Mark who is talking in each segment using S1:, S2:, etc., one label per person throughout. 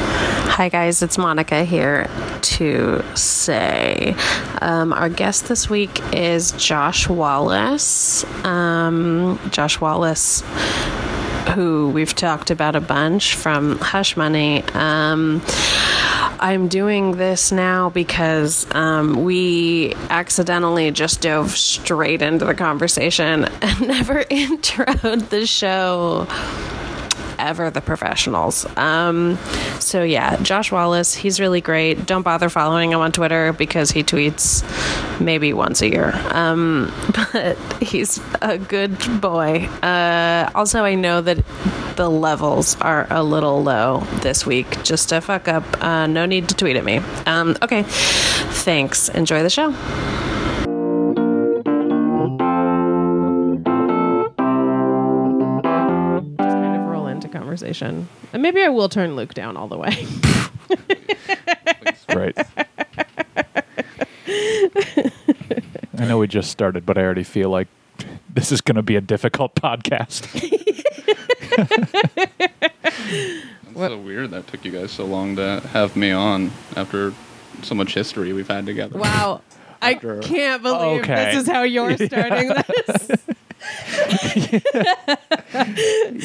S1: Hi, guys, it's Monica here to say um, our guest this week is Josh Wallace. Um, Josh Wallace, who we've talked about a bunch from Hush Money. Um, I'm doing this now because um, we accidentally just dove straight into the conversation and never introed the show ever the professionals. Um, so yeah, Josh Wallace, he's really great. Don't bother following him on Twitter because he tweets maybe once a year. Um, but he's a good boy. Uh, also, I know that the levels are a little low this week. Just a fuck up. Uh, no need to tweet at me. Um, okay, thanks. Enjoy the show. kind of roll into conversation. And maybe I will turn Luke down all the way.
S2: Right. I know we just started, but I already feel like this is going to be a difficult podcast.
S3: It's so weird that took you guys so long to have me on after so much history we've had together.
S1: wow. I
S3: After-
S1: can't believe
S2: Okay.
S1: this is how you're starting this.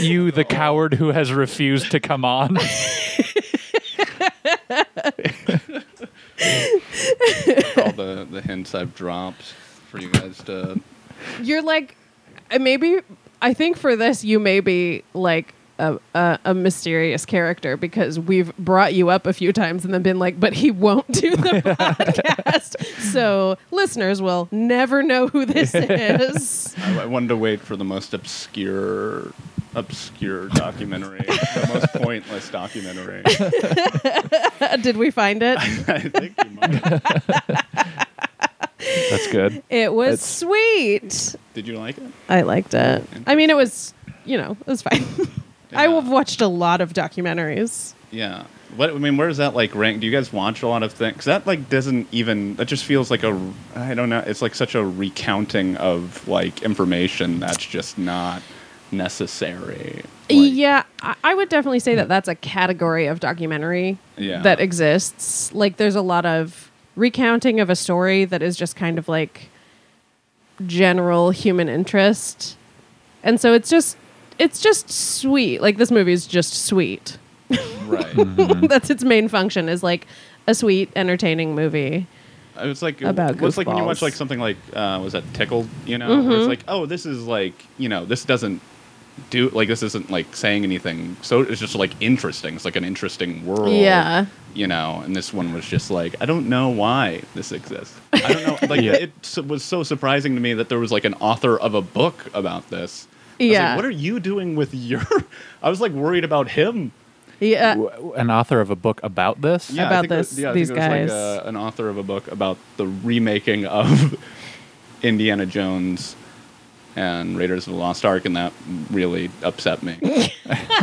S2: You, the coward who has refused to come on.
S3: All the, the hints I've dropped for you guys to.
S1: You're like, uh, maybe, I think for this, you may be like a, a, a mysterious character because we've brought you up a few times and then been like, but he won't do the podcast. So listeners will never know who this is.
S3: I, I wanted to wait for the most obscure, obscure documentary, the most pointless documentary.
S1: Uh, Did we find it?
S3: I think you might.
S2: That's good.
S1: It was
S2: It's-
S1: sweet.
S3: Did you like it?
S1: I liked it. I mean, it was, you know, it was fine. I have watched a lot of documentaries.
S3: Yeah. What I mean, where does that like rank? Do you guys watch a lot of things? 'Cause that like doesn't even. That just feels like a. I don't know. It's like such a recounting of like information that's just not necessary. Like,
S1: yeah, I, I would definitely say that that's a category of documentary
S3: Yeah.
S1: that exists. Like, there's a lot of recounting of a story that is just kind of like general human interest, and so it's just it's just sweet. Like this movie is just sweet.
S3: Right.
S1: that's its main function is like a sweet, entertaining movie.
S3: It was Uh, like
S1: About
S3: it was like when
S1: goofballs.
S3: you
S1: Mm-hmm.
S3: watch like something like uh, was that Tickled? You know, where it's like oh, this is like you know, this doesn't do like this isn't like saying anything. So it's just like interesting. It's like an interesting world.
S1: Yeah.
S3: You know, and this one was just like I don't know why this exists. I don't know. Like
S2: Yeah.
S3: it su- was so surprising to me that there was like an author of a book about this. I was like,
S1: Yeah.
S3: what are you doing with your? I was like worried about him.
S1: Yeah,
S2: W- An author of a book about this?
S3: Yeah, I
S1: about
S3: think it was-
S1: this-
S3: yeah, I
S1: these
S3: think it
S1: guys.
S3: was Like, uh, an author of a book about the remaking of Indiana Jones and Raiders of the Lost Ark, and that really upset me.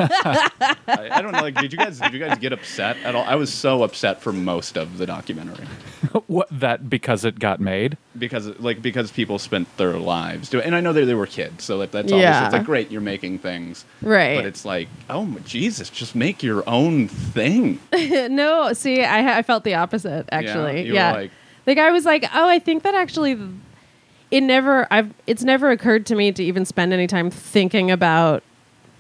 S3: I, I don't know. Like, did you guys did you guys get upset at all? I was so upset for most of the documentary
S2: What, that because it got made?
S3: because like because people spent their lives doing, and I know they they were kids, so like that's obvious.
S1: Yeah.
S3: It's like great, you're making things.
S1: right.
S3: But it's like, oh my Jesus, just make your own thing.
S1: no, see, I, ha- I felt the opposite actually. Yeah,
S3: you were like-
S1: the guy was like, "Oh, I think that actually, th- it never. I've. It's never occurred to me to even spend any time thinking about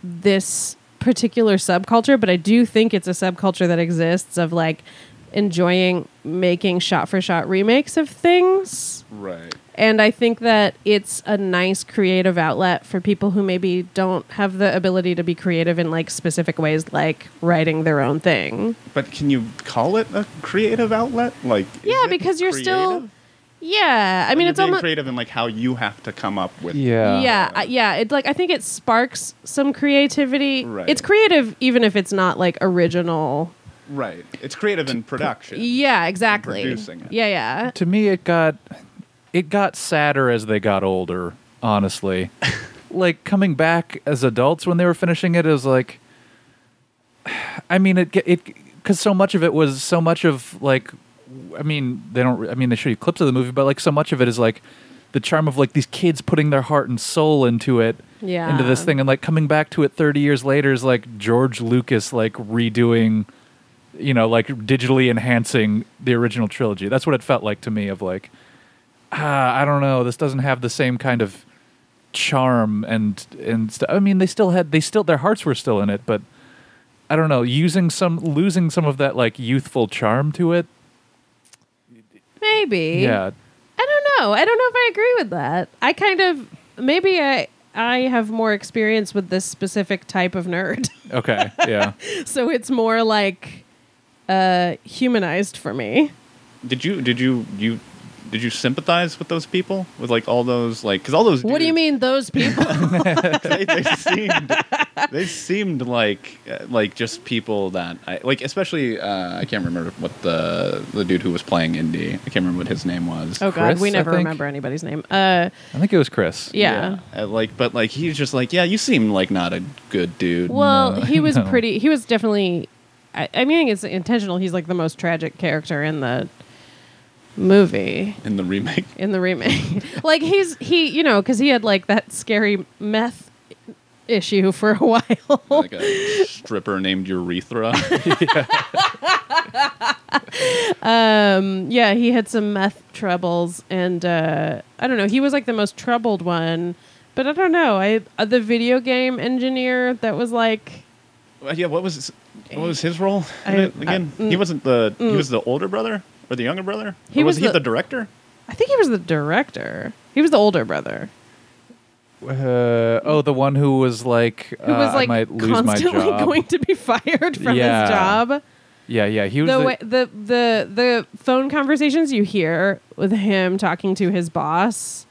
S1: this particular subculture, but I do think it's a subculture that exists of like enjoying making shot-for-shot remakes of things."
S3: Right.
S1: And I think that it's a nice creative outlet for people who maybe don't have the ability to be creative in like specific ways, like writing their own thing.
S3: But can you call it a creative outlet? Like, is
S1: Yeah,
S3: it
S1: because you're still.
S3: creative?
S1: Yeah, I mean,
S3: You're
S1: it's
S3: being
S1: almost.
S3: creative in like how you have to come up with.
S2: Yeah.
S1: Yeah, uh, yeah. It's like I think it sparks some creativity.
S3: Right.
S1: It's creative, even if it's not like original.
S3: Right. It's creative in production.
S4: e-
S1: Yeah, exactly.
S3: producing it.
S1: Yeah, yeah.
S2: To me, it got it got sadder as they got older. Honestly, like coming back as adults when they were finishing it, it was like, I mean, it it because so much of it was so much of like, I mean, they don't. I mean, they show you clips of the movie, but like so much of it is like the charm of like these kids putting their heart and soul into it
S1: Yeah.
S2: into this thing and like coming back to it 30 years later is like george lucas like redoing you know, like digitally enhancing the original trilogy. That's what it felt like to me. Of like, ah, I don't know, this doesn't have the same kind of charm and and stuff. I mean, they still had they still their hearts were still in it, but I don't know, using some losing some of that like youthful charm to it.
S4: Maybe.
S2: Yeah,
S4: I don't know. I don't know if I agree with that. I kind of maybe I I have more experience with this specific type of nerd.
S2: okay, yeah.
S4: so it's more like uh humanized for me.
S3: Did you did you you did you sympathize with those people with like all those like because all those
S4: What do you
S3: dudes-
S4: mean those people?
S3: they, they seemed they seemed like uh, like just people that I like especially uh, I can't remember what the the dude who was playing indie I can't remember what his name was
S4: oh god,
S2: Chris,
S4: we
S2: I
S4: never
S2: think?
S4: remember anybody's name. Uh
S2: I think it was Chris.
S4: yeah.
S3: Uh, like but like he's just like yeah you seem like not a good dude
S4: Well, he was
S2: no.
S4: pretty he was definitely I, I mean it's intentional. He's like the most tragic character in the movie.
S3: in the remake
S4: in the remake. like he's he, you know, because he had like that scary meth issue for a while.
S3: like a stripper named Urethra
S4: um, yeah, he had some meth troubles, and uh, I don't know. He was like the most troubled one, but I don't know. I uh, the video game engineer that was like.
S3: Well, yeah what was his, what was his role in
S4: I-
S3: it again
S4: I- mm.
S3: he wasn't the he was the older brother or the younger brother
S4: He
S3: Or was,
S4: was
S3: he
S4: the-
S3: the director
S4: I think he was the director. He was the older brother
S2: Uh, oh, the one who was like,
S4: who
S2: uh,
S4: was like
S2: I might lose my
S4: constantly
S2: job.
S4: going to be fired from
S2: Yeah.
S4: his job.
S2: yeah, yeah. He was
S4: the,
S2: the-
S4: way, the the the phone conversations you hear with him talking to his boss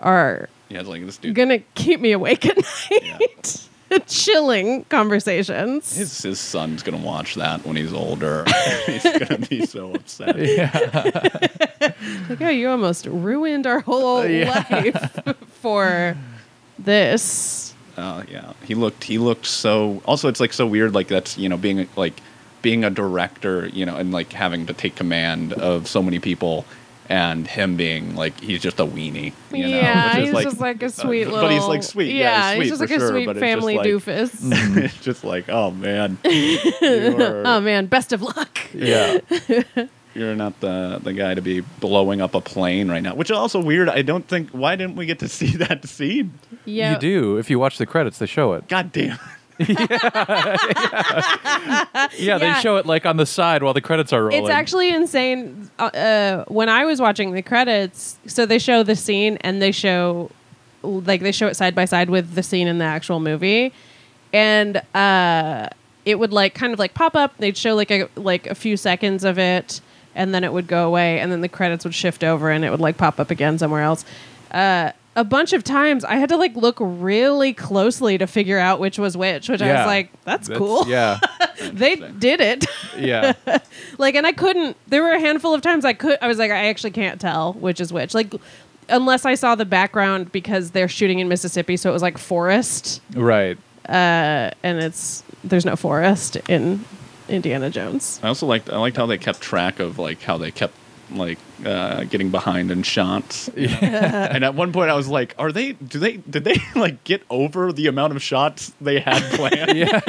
S4: are
S3: yeah it's like this dude
S4: gonna keep me awake at night. Chilling conversations.
S3: His, his son's gonna watch that when he's older. he's gonna be so upset.
S2: yeah,
S4: like, oh, you almost ruined our whole
S2: Yeah.
S4: life for this.
S3: Oh yeah, he looked he looked so. Also, it's like so weird. Like that's you know being like being a director, you know, and like having to take command of so many people, and him being like he's just a weenie. You know?
S4: yeah,
S3: which is, uh,
S4: he's just like a sweet little.
S3: but he's, like, sweet. Yeah, he's sweet
S4: just
S3: for
S4: like a
S3: sure,
S4: sweet
S3: but it's just,
S4: family
S3: like-
S4: doofus.
S3: it's just like oh man, you're,
S4: oh man, best of luck.
S3: yeah. You're not the the guy to be blowing up a plane right now, which is also weird. I don't think why didn't we get to see that scene?
S4: Yeah,
S2: you do. If you watch the credits, they show it.
S3: God damn.
S2: Yeah,
S4: Yeah.
S2: they show it like on the side while the credits are rolling.
S4: It's actually insane. Uh, uh, when I was watching the credits, so they show the scene and they show, like, they show it side by side with the scene in the actual movie, and uh, it would like kind of like pop up. They'd show like a like a few seconds of it, and then it would go away, and then the credits would shift over, and it would like pop up again somewhere else. Uh, a bunch of times, I had to like look really closely to figure out which was which. Which I was
S2: Yeah.
S4: like, "That's,
S2: That's-
S4: cool."
S2: Yeah,
S4: They did it.
S2: yeah,
S4: like and i couldn't there were a handful of times i could i was like i actually can't tell which is which like unless i saw the background because they're shooting in mississippi so it was like forest
S2: right.
S4: uh, and it's there's no forest in indiana jones
S3: I also liked I liked how they kept track of like how they kept like uh, getting behind in shots. you know? and at one point I was like, are they do they did they like get over the amount of shots they had planned?
S2: Yeah,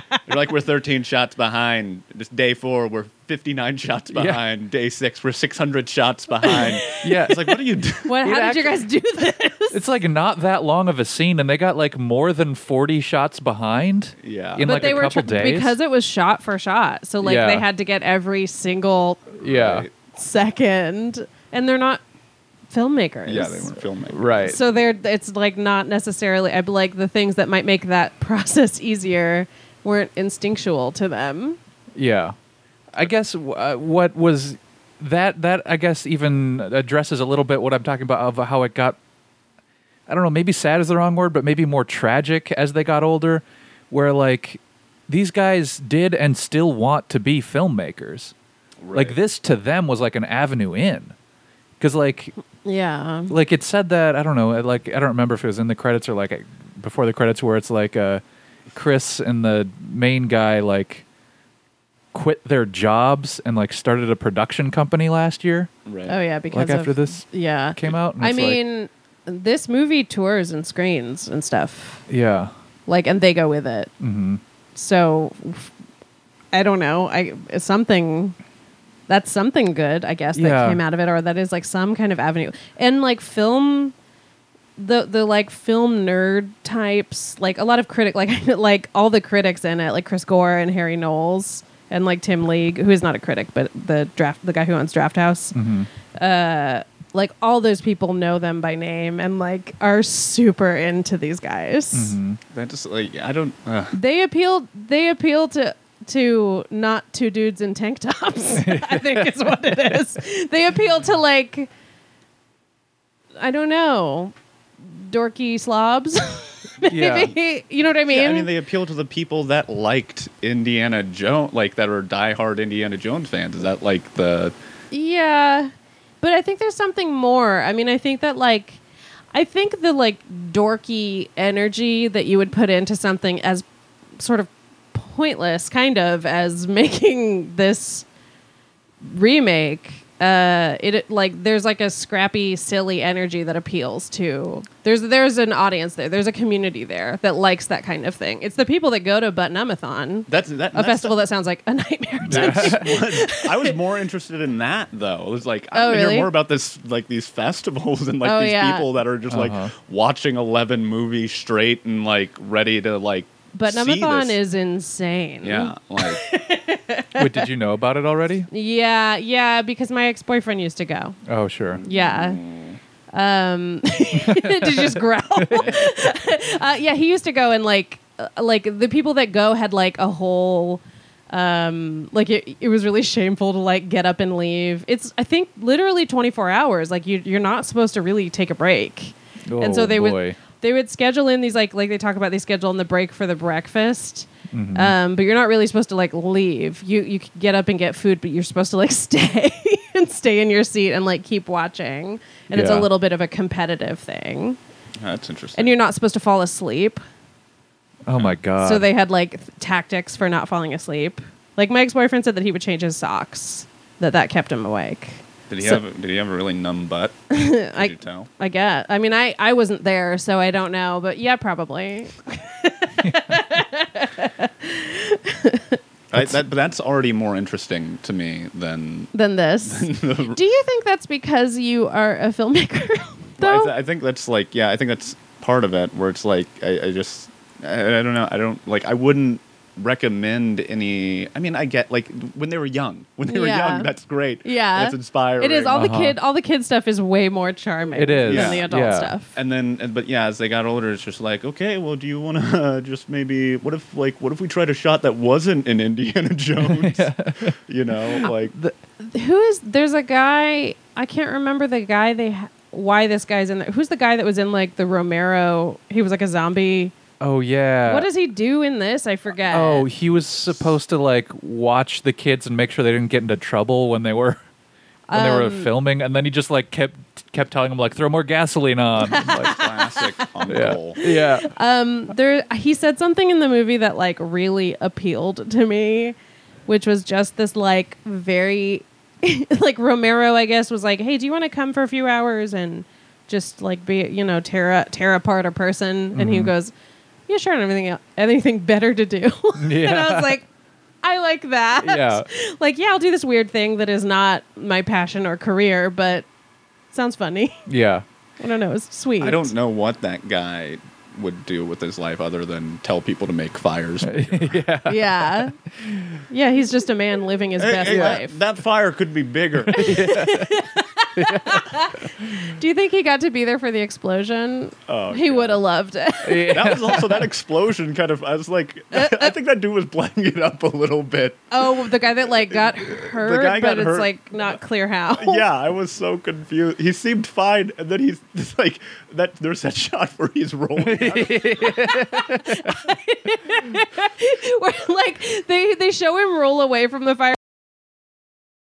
S3: They're like we're 13 shots behind. This day 4 we're 59 shots
S2: Yeah.
S3: behind. Day 6 we're 600 shots behind.
S2: yeah.
S3: It's like what are you doing?
S4: what, how
S2: It
S4: did you guys do this
S2: It's like not that long of a scene, and they got like more than forty shots behind.
S3: Yeah.
S2: in
S4: but
S2: like
S4: they
S2: a
S4: were
S2: couple
S4: tr-
S2: days.
S4: because it was shot for shot so like
S2: Yeah.
S4: they had to get every single
S2: yeah,
S3: Right.
S4: second and they're not filmmakers
S3: Yeah, they weren't filming.
S2: right.
S4: So there, it's like not necessarily. I like the things that might make that process easier weren't instinctual to them.
S2: Yeah, I guess w- uh, what was that? That I guess even addresses a little bit what I'm talking about of how it got. I don't know. Maybe sad is the wrong word, but maybe more tragic as they got older, where like these guys did and still want to be filmmakers. Like
S3: Right.
S2: this to them was like an avenue in, because like
S4: Yeah,
S2: like it said that I don't know, like I don't remember if it was in the credits or like before the credits where it's like uh, Chris and the main guy like quit their jobs and like started a production company last year
S3: Right.
S4: Oh yeah, because
S2: Like after
S4: of-
S2: this
S4: Yeah,
S2: came out. and
S4: I
S2: it's like-
S4: mean, this movie tours and screens and stuff.
S2: yeah,
S4: Like, and they go with it.
S2: hmm
S4: So, I don't know. I something that's something good, I guess, that
S2: Yeah.
S4: came out of it, or that is like some kind of avenue. And like film, the the like film nerd types, like a lot of critic, like like all the critics in it, like Chris Gore and Harry Knowles and like Tim League, who is not a critic, but the draft, the guy who owns Draft House. Uh, Like all those people know them by name and like are super into these guys
S3: That just like I don't. Uh,
S4: they appeal they appeal to to not two dudes in tank tops i think is what it is they appeal to like i don't know dorky slobs maybe you know what i mean,
S3: yeah, I mean, they appeal to the people that liked Indiana Jones, like that are diehard Indiana Jones fans. Is that like the?
S4: Yeah. But I think there's something more. I mean, I think that like I think the like dorky energy that you would put into something as sort of pointless kind of as making this remake uh it- it like there's like a scrappy silly energy that appeals to there's there's an audience there there's a community there that likes that kind of thing it's the people that go to buttonumathon
S3: That's that.
S4: a
S3: that's
S4: festival that sounds like a nightmare to
S3: That's what- I was more interested in that though. It was like I
S4: Oh,
S3: want to
S4: really?
S3: hear more about this, like these festivals and like
S4: Oh,
S3: these
S4: yeah.
S3: people that are just
S2: Uh-huh.
S3: like watching eleven movies straight and like ready to like.
S4: But
S3: see
S4: Namathon
S3: this.
S4: is insane.
S3: yeah, like
S2: Wait, did you know about it already?
S4: Yeah, yeah, because my ex boyfriend used to go.
S2: Oh, sure.
S4: Yeah. Um, did you just growl? uh, yeah, he used to go and like, uh, like the people that go had like a whole, um, like it, it was really shameful to like get up and leave. It's I think literally twenty four hours. Like you, you're not supposed to really take a break. and
S2: Oh,
S4: so they
S2: boy.
S4: would they would schedule in these like like they talk about they schedule in the break for the breakfast.
S2: Mm-hmm.
S4: Um, but you're not really supposed to like leave. You you could get up and get food, but you're supposed to like stay and stay in your seat and like keep watching. And it's
S2: Yeah.
S4: a little bit of a competitive thing.
S3: that's interesting.
S4: And you're not supposed to fall asleep.
S2: Oh my god.
S4: so they had like th- tactics for not falling asleep. Like my ex-boyfriend said that he would change his socks. That that kept him awake.
S3: did he
S4: so-
S3: have? Did he have a really numb butt? Did
S4: I
S3: you tell?
S4: I guess. I mean, I I wasn't there, so I don't know. But yeah, probably.
S3: I, that, but that's already more interesting to me than.
S4: than this. Do you think that's because you are a filmmaker?
S3: Well, I,
S4: though?
S3: th- I think that's like yeah, I think that's part of it where it's like I, I just I, I don't know I don't like I wouldn't recommend any. I mean I get like when they were young when they were
S4: Yeah.
S3: young that's great
S4: Yeah.
S3: that's inspiring Uh,
S4: it is all the
S2: Uh-huh.
S4: kid all the kid stuff is way more charming.
S2: It is.
S4: than the
S3: Yeah.
S4: adult
S2: Yeah.
S4: stuff.
S3: and then and- but yeah as they got older it's just like okay well do you want to uh, just maybe what if like what if we tried a shot that wasn't an Indiana Jones you know like
S4: Who is there's a guy I can't remember the guy they ha- why this guy's in there. Who's the guy that was in like the Romero? He was like a zombie.
S2: oh yeah.
S4: what does he do in this? I forget.
S2: Oh, he was supposed to like watch the kids and make sure they didn't get into trouble when they were when they were
S4: Um,
S2: filming, and then he just like kept kept telling them like throw more gasoline on. Like,
S3: classic
S2: yeah,
S3: uncle
S2: yeah.
S4: there he said something in the movie that like really appealed to me which was just this like very like romero i guess was like hey do you want to come for a few hours and just like be you know tear, tear apart a person and he goes yeah sure and everything el- anything better to do and i
S2: Yeah.
S4: was like i like that
S2: Yeah.
S4: like yeah i'll do this weird thing that is not my passion or career but sounds funny
S2: yeah.
S4: i don't know it's sweet
S3: I don't know what that guy would do with his life other than tell people to make fires.
S4: yeah. Yeah, he's just a man living his best
S3: Hey, that-
S4: life.
S3: That, fire could be bigger.
S4: Do you think he got to be there for the explosion?
S3: Oh,
S4: he
S3: God.
S4: would have loved it.
S3: that was also that explosion kind of. I was like,
S4: Uh,
S3: I think that dude was blowing it up a little bit.
S4: oh, the guy that like got hurt,
S3: guy got
S4: but it's
S3: hurt.
S4: like not clear how.
S3: Yeah, I was so confused. He seemed fine, and then he's it's like that. There's that shot where he's rolling.
S4: Where like they they show him roll away from the fire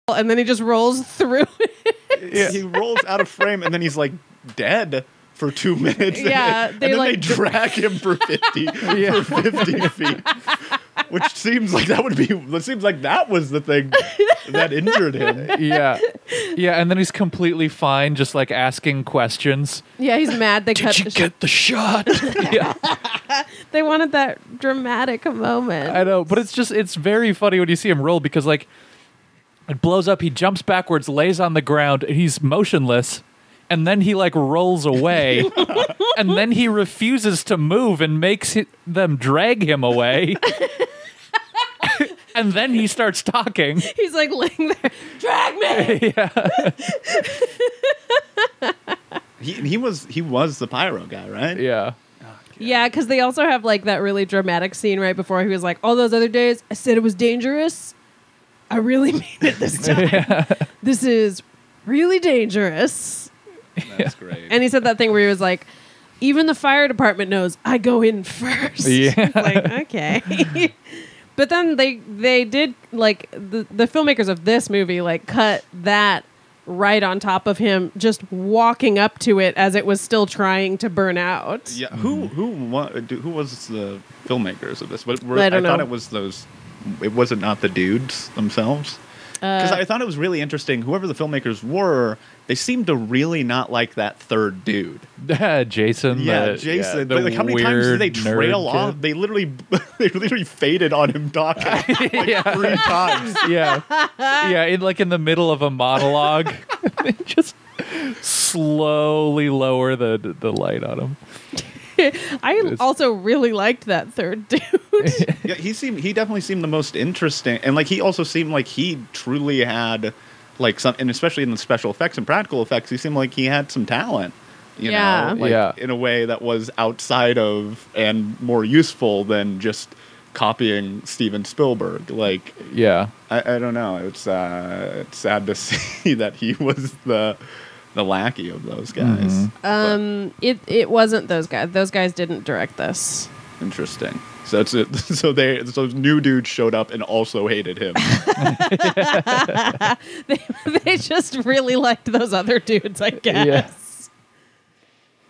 S4: and then he just rolls through it.
S3: He rolls out of frame, and then he's like dead for two minutes.
S4: Yeah,
S3: and,
S4: they,
S3: then
S4: like,
S3: they drag him for fifty for fifty feet. Which seems like that would be. It seems like that was the thing that injured him.
S2: yeah, yeah, and then he's completely fine, just like asking questions.
S4: Yeah, he's mad they cut.
S2: Did you
S4: The shit.
S2: get the shot? yeah,
S4: They wanted that dramatic moment.
S2: I know, but it's just it's very funny when you see him roll because like it blows up. He jumps backwards, lays on the ground, and he's motionless. And then he like rolls away, and then he refuses to move and makes it, them drag him away. and then he starts talking.
S4: He's like laying there, drag me.
S3: He, he was he was the pyro guy, right?
S2: Yeah.
S4: Yeah, because they also have like that really dramatic scene right before he was like, all those other days I said it was dangerous. I really mean it this time. This is really dangerous.
S3: That's great.
S4: And he said that thing where he was like, even the fire department knows I go in first.
S2: Yeah.
S4: like, okay. but then they they did like the, the filmmakers of this movie like cut that right on top of him just walking up to it as it was still trying to burn out.
S3: yeah.
S2: Mm-hmm.
S3: Who who wa- do- who was the filmmakers of this? What, were,
S4: I don't
S3: thought
S4: know.
S3: it was those. It was it not the dudes themselves?
S4: Uh,
S3: Because I thought it was really interesting. Whoever the filmmakers were, they seemed to really not like that third dude.
S2: Jason.
S3: Yeah,
S2: the-
S3: Jason.
S2: yeah, the
S3: but, like, how many times did they
S2: weird nerd
S3: trail off?
S2: kid.
S3: They literally, they literally faded on him talking like three times.
S2: yeah, yeah. In like in the middle of a monologue, they just slowly lower the the light on him.
S4: I also really liked that third dude.
S3: Yeah, he seemed, he definitely seemed the most interesting, and like he also seemed like he truly had, like some, and especially in the special effects and practical effects, he seemed like he had some talent. You
S4: Yeah.
S3: know, like,
S2: Yeah.
S3: in a way that was outside of and more useful than just copying Steven Spielberg. Like,
S2: Yeah,
S3: I, I don't know. It's uh, it's sad to see that he was the the lackey of those guys.
S4: um, it it wasn't those guys. Those guys didn't direct this.
S3: But interesting. So it's it. So they so those new dudes showed up and also hated him.
S4: They they just really liked those other dudes, I guess.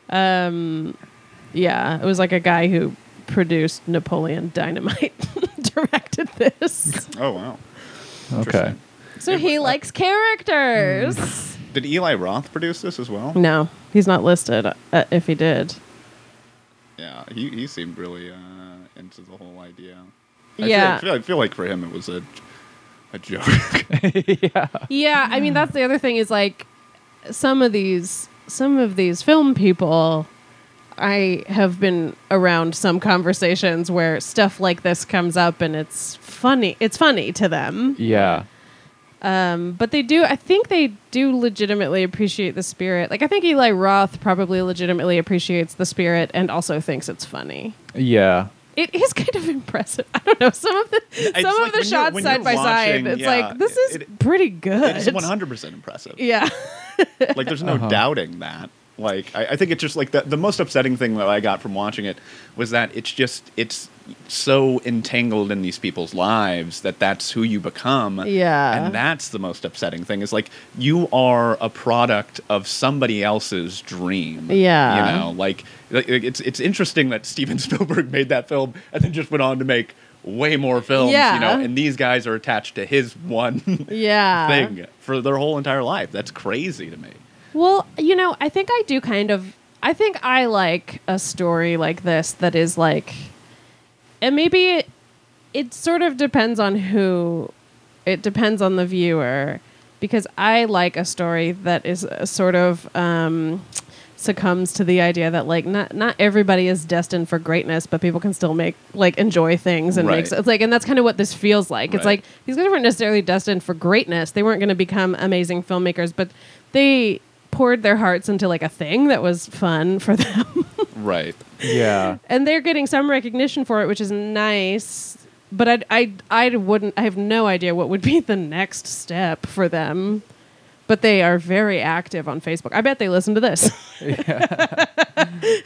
S4: Um, yeah, it was like a guy who produced Napoleon Dynamite directed this.
S3: oh wow.
S2: okay.
S3: Interesting.
S4: So he likes characters.
S3: Did Eli Roth produce this as well?
S4: No, he's not listed. Uh, if he did,
S3: Yeah, he he seemed really uh, into the whole idea. I feel, I,
S4: Yeah.
S3: feel, I feel like for him it was a a joke.
S4: Yeah, I mean that's the other thing is like some of these some of these film people I have been around some conversations where stuff like this comes up and it's funny. It's funny to them.
S2: Yeah,
S4: Um, but they do I think they do legitimately appreciate the spirit. Like I think Eli Roth probably legitimately appreciates the spirit and also thinks it's funny.
S2: yeah,
S4: It is kind of impressive. I don't know. Some of the
S3: It's
S4: some of
S3: like when
S4: the
S3: you're-
S4: shots
S3: when you're
S4: side by
S3: watching,
S4: side, it's
S3: yeah,
S4: like this is
S3: it-
S4: pretty good.
S3: it's one hundred percent impressive.
S4: yeah.
S3: Like, there's no
S2: Uh-huh.
S3: doubting that. Like, I, I think it's just like the, the most upsetting thing that I got from watching it was that it's just, it's so entangled in these people's lives that that's who you become.
S4: Yeah.
S3: And that's the most upsetting thing is like, you are a product of somebody else's dream.
S4: Yeah.
S3: You know, like, like, it's, it's interesting that Steven Spielberg made that film and then just went on to make way more films, you know,
S4: Yeah.
S3: and these guys are attached to his one
S4: yeah
S3: thing for their whole entire life. That's crazy to me.
S4: well you know i think i do kind of i think i like a story like this that is like and maybe it, it sort of depends on who it depends on the viewer because i like a story that is uh, sort of um succumbs to the idea that like not not everybody is destined for greatness but people can still make like enjoy things and
S3: Right.
S4: make it's like and that's kind of what this feels like it's
S3: Right.
S4: like these guys weren't necessarily destined for greatness they weren't going to become amazing filmmakers but they poured their hearts into like a thing that was fun for them
S3: Right.
S2: yeah,
S4: and they're getting some recognition for it, which is nice. But I, I, I wouldn't. I have no idea what would be the next step for them. But they are very active on Facebook. I bet they listen to this.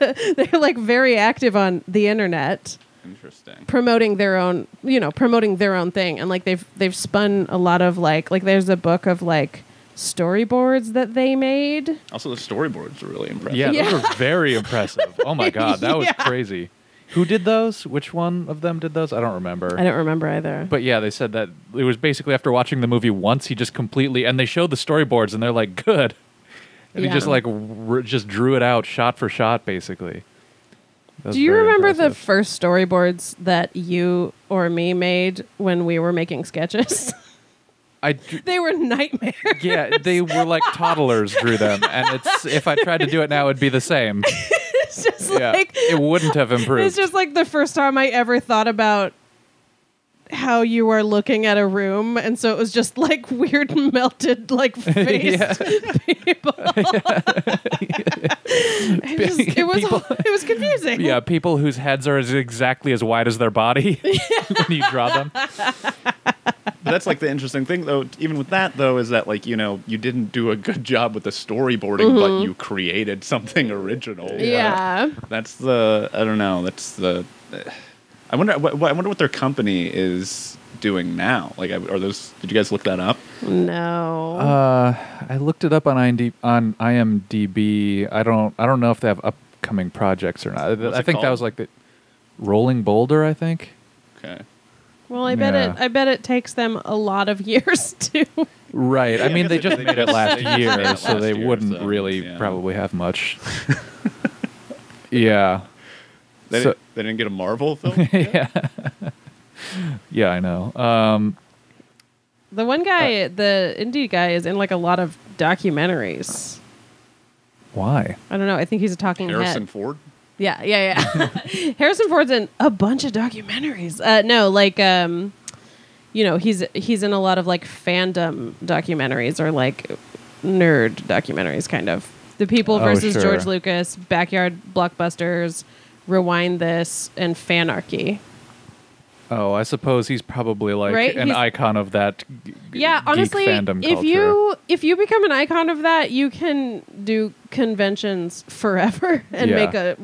S4: they're like very active on the internet,
S3: Interesting.
S4: promoting their own, you know, promoting their own thing. And like they've they've spun a lot of like like there's a book of like storyboards that they made.
S3: Also, the storyboards are really impressive.
S2: yeah.
S4: Yeah.
S2: Those are very impressive. Oh my god, that was
S4: Yeah.
S2: crazy. Who did those? Which one of them did those? I don't remember.
S4: I don't remember either.
S2: But yeah, they said that it was basically after watching the movie once, he just completely and they showed the storyboards and they're like, good. And he
S4: Yeah.
S2: just like r- just drew it out shot for shot, basically. That was
S4: Do you
S2: very
S4: remember the
S2: impressive.
S4: first storyboards that you or me made when we were making sketches?
S2: I d-
S4: they were nightmares.
S2: yeah, they were like toddlers drew them, and it's if I tried to do it now, it'd be the same.
S4: It's just
S2: Yeah,
S4: like
S2: it wouldn't have improved.
S4: it's just like the first time I ever thought about how you are looking at a room, and so it was just like weird melted like faced people. I just- it was it was confusing.
S2: yeah, people whose heads are as exactly as wide as their body when you draw them.
S3: But that's like the interesting thing, though. Even with that, though, is that like you know you didn't do a good job with the storyboarding,
S2: Mm-hmm.
S3: but you created something original.
S4: Yeah.
S3: That's the I don't know. That's the I wonder. What, what- I wonder what their company is doing now. Like, I- are those? Did you guys look that up?
S4: No.
S2: Uh, I looked it up on IMD, on IMDb. I don't I don't know if they have upcoming projects or not.
S3: What's
S2: I
S3: it
S2: think that
S3: called?
S2: was like the Rolling Boulder. I think.
S3: Okay.
S4: well, I bet
S2: yeah.
S4: it. I bet it takes them a lot of years to.
S2: Right. I
S3: Yeah,
S2: mean,
S3: because
S2: they
S3: they
S2: just
S3: did-
S2: made it last
S3: they just made
S2: year,
S3: it
S2: so
S3: last
S2: they
S3: year,
S2: wouldn't
S3: so,
S2: really
S3: yeah.
S2: probably have much. yeah.
S3: They,
S2: So-
S3: didn't, they didn't get a Marvel film.
S2: yeah. yeah, I know. Um,
S4: The one guy,
S2: Uh,
S4: the indie guy, is in like a lot of documentaries.
S2: why?
S4: I don't know. I think he's a talking head.
S3: Harrison Ford.
S4: Yeah, yeah, yeah. Harrison Ford's in a bunch of documentaries. Uh, no, like um, you know, he's he's in a lot of like fandom documentaries or like nerd documentaries, kind of. The People
S2: Oh,
S4: versus
S2: sure.
S4: George Lucas, Backyard Blockbusters, Rewind This, and Fanarchy.
S2: Oh, I suppose he's probably like
S4: Right?
S2: an
S4: He's-
S2: icon of that. g-
S4: Yeah,
S2: geek
S4: honestly,
S2: fandom
S4: if
S2: culture.
S4: you if you become an icon of that, you can do conventions forever and
S2: Yeah.
S4: make a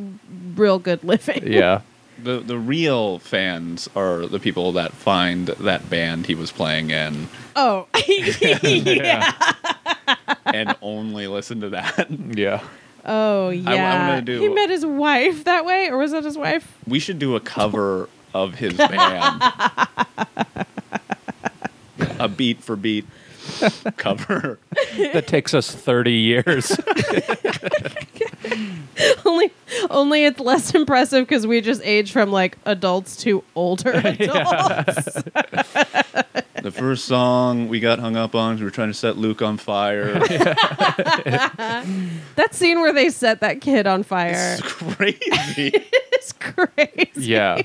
S4: real good living.
S2: yeah,
S3: The the real fans are the people that find that band he was playing in
S4: Oh, yeah.
S3: and only listen to that.
S2: yeah.
S4: Oh
S3: I
S4: yeah,
S3: wanna do-
S4: he met his wife that way, or was that his wife?
S3: We should do a cover of his band. a beat for beat cover.
S2: that takes us 30 years.
S4: only, only it's less impressive because we just age from like adults to older adults.
S3: The first song we got hung up on, we were trying to set Luke on fire.
S4: that scene where they set that kid on fire
S3: It's crazy.
S4: is crazy.
S2: yeah.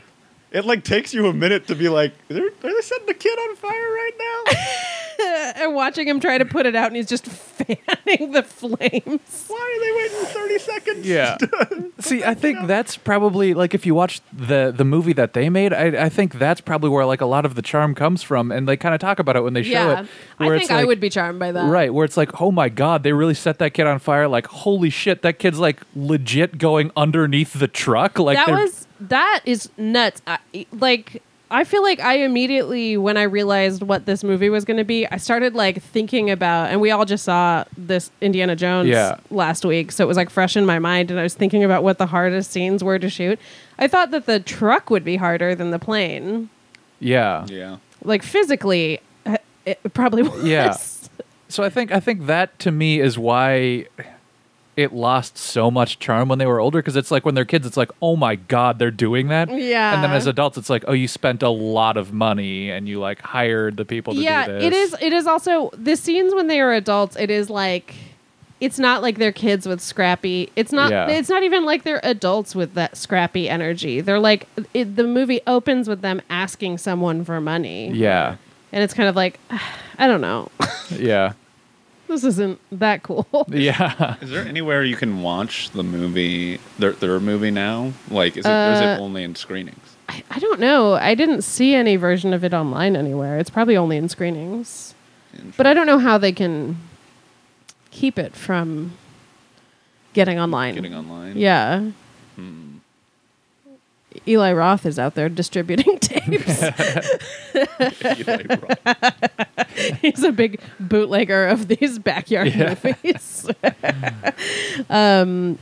S3: It like takes you a minute to be like, are they setting the kid on fire right now?
S4: and watching him try to put it out, and he's just fanning the flames.
S3: Why are they waiting 30 seconds?
S2: Yeah. See, I think that's probably like if you watch the the movie that they made, I, I think that's probably where like a lot of the charm comes from, and they kind of talk about it when they show it.
S4: I
S2: where
S4: think
S2: it's
S4: I
S2: like-
S4: would be charmed by that.
S2: Right, where it's like, oh my god, they really set that kid on fire. Like, holy shit, that kid's like legit going underneath the truck. Like,
S4: that
S2: they're-
S4: was that is nuts. I, like I feel like I immediately when I realized what this movie was going to be, I started like thinking about and we all just saw this Indiana Jones
S2: Yeah.
S4: last week, so it was like fresh in my mind and I was thinking about what the hardest scenes were to shoot. I thought that the truck would be harder than the plane.
S2: yeah,
S3: Yeah.
S4: Like physically uh, it probably was.
S2: Yeah. So I think I think that to me is why it lost so much charm when they were older because it's like when they're kids, it's like, oh my god, they're doing that.
S4: Yeah.
S2: And then as adults, it's like, oh, you spent a lot of money and you like hired the people to
S4: yeah,
S2: do this.
S4: it is. It is also the scenes when they are adults. It is like, it's not like they're kids with scrappy. It's not.
S2: Yeah.
S4: It's not even like they're adults with that scrappy energy. They're like it, the movie opens with them asking someone for money.
S2: Yeah.
S4: and it's kind of like, I don't know.
S2: Yeah.
S4: this isn't that cool.
S2: Yeah.
S3: Is there anywhere you can watch the movie, their, their movie now? Like, is it, or is it only in screenings?
S4: I, I don't know. I didn't see any version of it online anywhere. It's probably only in screenings. But I don't know how they can keep it from getting online.
S3: Getting online?
S4: Yeah. Hmm. Eli Roth is out there distributing tapes. He's a big bootlegger of these backyard movies. um,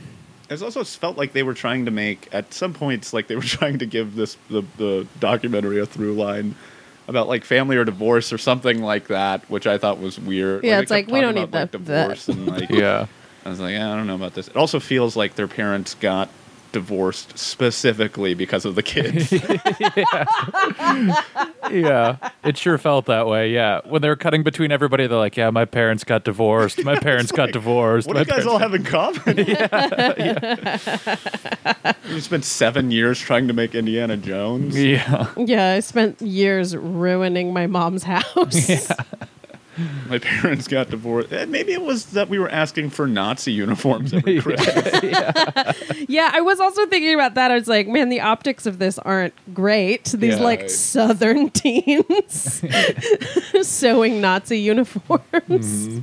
S3: It's also felt like they were trying to make at some points like they were trying to give this the, the documentary a through line about like family or divorce or something like that, which I thought was weird.
S4: Yeah,
S3: they
S4: it's like,
S3: kept
S4: we don't
S3: talking
S4: need
S3: about,
S4: that-
S3: like, divorce and like
S2: Yeah.
S3: I was like, "Yeah, I don't know about this. It also feels like their parents got divorced specifically because of the kids.
S2: yeah, it sure felt that way. Yeah, when they were cutting between everybody, they're like, "Yeah, my parents got divorced. My parents got divorced.
S3: what do
S2: my
S3: you guys
S2: parents
S3: all have in common? you spent seven years trying to make Indiana Jones.
S2: Yeah,
S4: Yeah, I spent years ruining my mom's house.
S3: My parents got divorced. Eh, Maybe it was that we were asking for Nazi uniforms every Christmas.
S4: Yeah, I was also thinking about that. I was like, man, the optics of this aren't great. These
S3: Yeah.
S4: like southern teens sewing Nazi uniforms.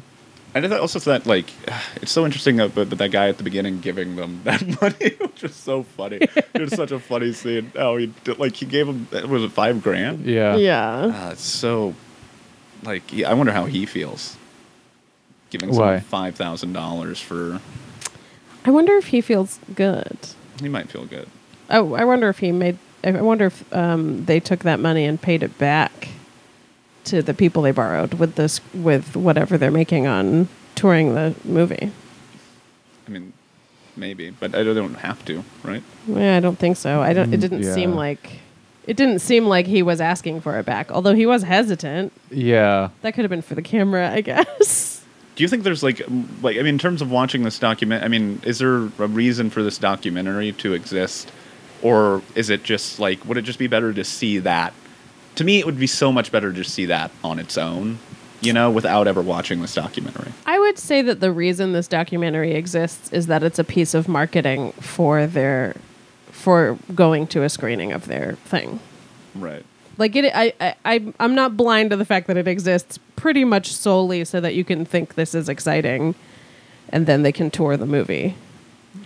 S3: And I thought also that like, it's so interesting that but, but that guy at the beginning giving them that money, which is so funny. it was such a funny scene. Oh, he did, like he gave him eh, was it five grand?
S2: yeah,
S4: Yeah.
S3: Uh, it's so, like, yeah, I wonder how he feels. Giving someone
S2: Why?
S3: five thousand dollars for,
S4: I wonder if he feels good.
S3: he might feel good.
S4: Oh, I wonder if he made. I wonder if um, they took that money and paid it back to the people they borrowed with this with whatever they're making on touring the movie.
S3: I mean, maybe, but I don't have to, right?
S4: Yeah, I don't think so. I don't. It didn't
S2: yeah.
S4: seem like. It didn't seem like he was asking for it back, although he was hesitant.
S2: yeah.
S4: That could have been for the camera, I guess.
S3: Do you think there's like, m- like I mean, in terms of watching this document, I mean, is there a reason for this documentary to exist, or is it just like, would it just be better to see that? To me, it would be so much better to see that on its own, you know, without ever watching this documentary.
S4: I would say that the reason this documentary exists is that it's a piece of marketing for their for going to a screening of their thing.
S3: Right.
S4: Like it I, I I I'm not blind to the fact that it exists pretty much solely so that you can think this is exciting and then they can tour the movie.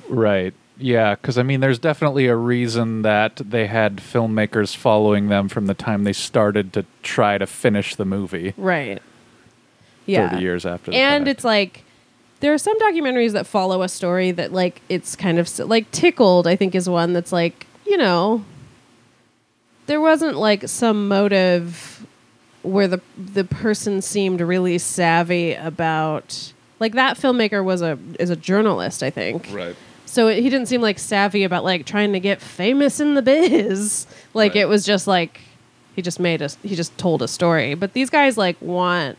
S2: Right. Yeah, because I mean, there's definitely a reason that they had filmmakers following them from the time they started to try to finish the movie
S4: Right. Yeah.
S2: 30 years after the
S4: and
S2: fact.
S4: it's like there are some documentaries that follow a story that like it's kind of s- like tickled i think is one that's like you know there wasn't like some motive where the the person seemed really savvy about like that filmmaker was a is a journalist i think
S3: Right.
S4: so it, he didn't seem like savvy about like trying to get famous in the biz. Like
S3: Right.
S4: it was just like he just made us he just told a story. But these guys like want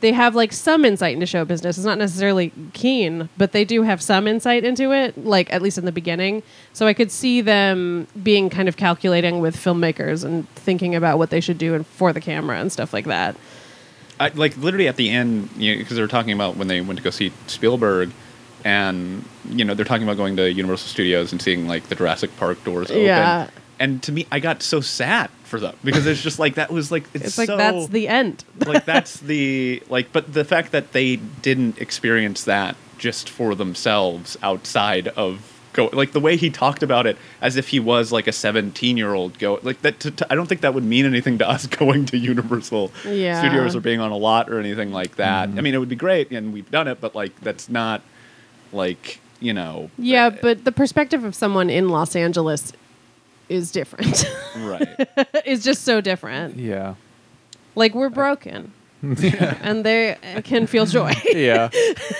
S4: they have like some insight into show business. It's not necessarily keen, but they do have some insight into it, like at least in the beginning. So I could see them being kind of calculating with filmmakers and thinking about what they should do and for the camera and stuff like that.
S3: I, like literally at the end, because you know, 'cause they were talking about when they went to go see Spielberg, and you know they're talking about going to Universal Studios and seeing like the Jurassic Park doors open.
S4: Yeah.
S3: And to me, I got so sad for them because it's just like that was like it's,
S4: It's, like
S3: so-
S4: that's the end.
S3: like that's the like, but the fact that they didn't experience that just for themselves outside of go like the way he talked about it as if he was like a 17 year old go like that to, to- i don't think that would mean anything to us going to universal
S4: Yeah.
S3: studios or being on a lot or anything like that i mean it would be great and we've done it but like that's not like you know
S4: Yeah, but the perspective of someone in Los Angeles is different.
S3: right
S4: is just so different.
S2: yeah.
S4: Like we're broken. and they uh, can feel joy.
S2: Yeah.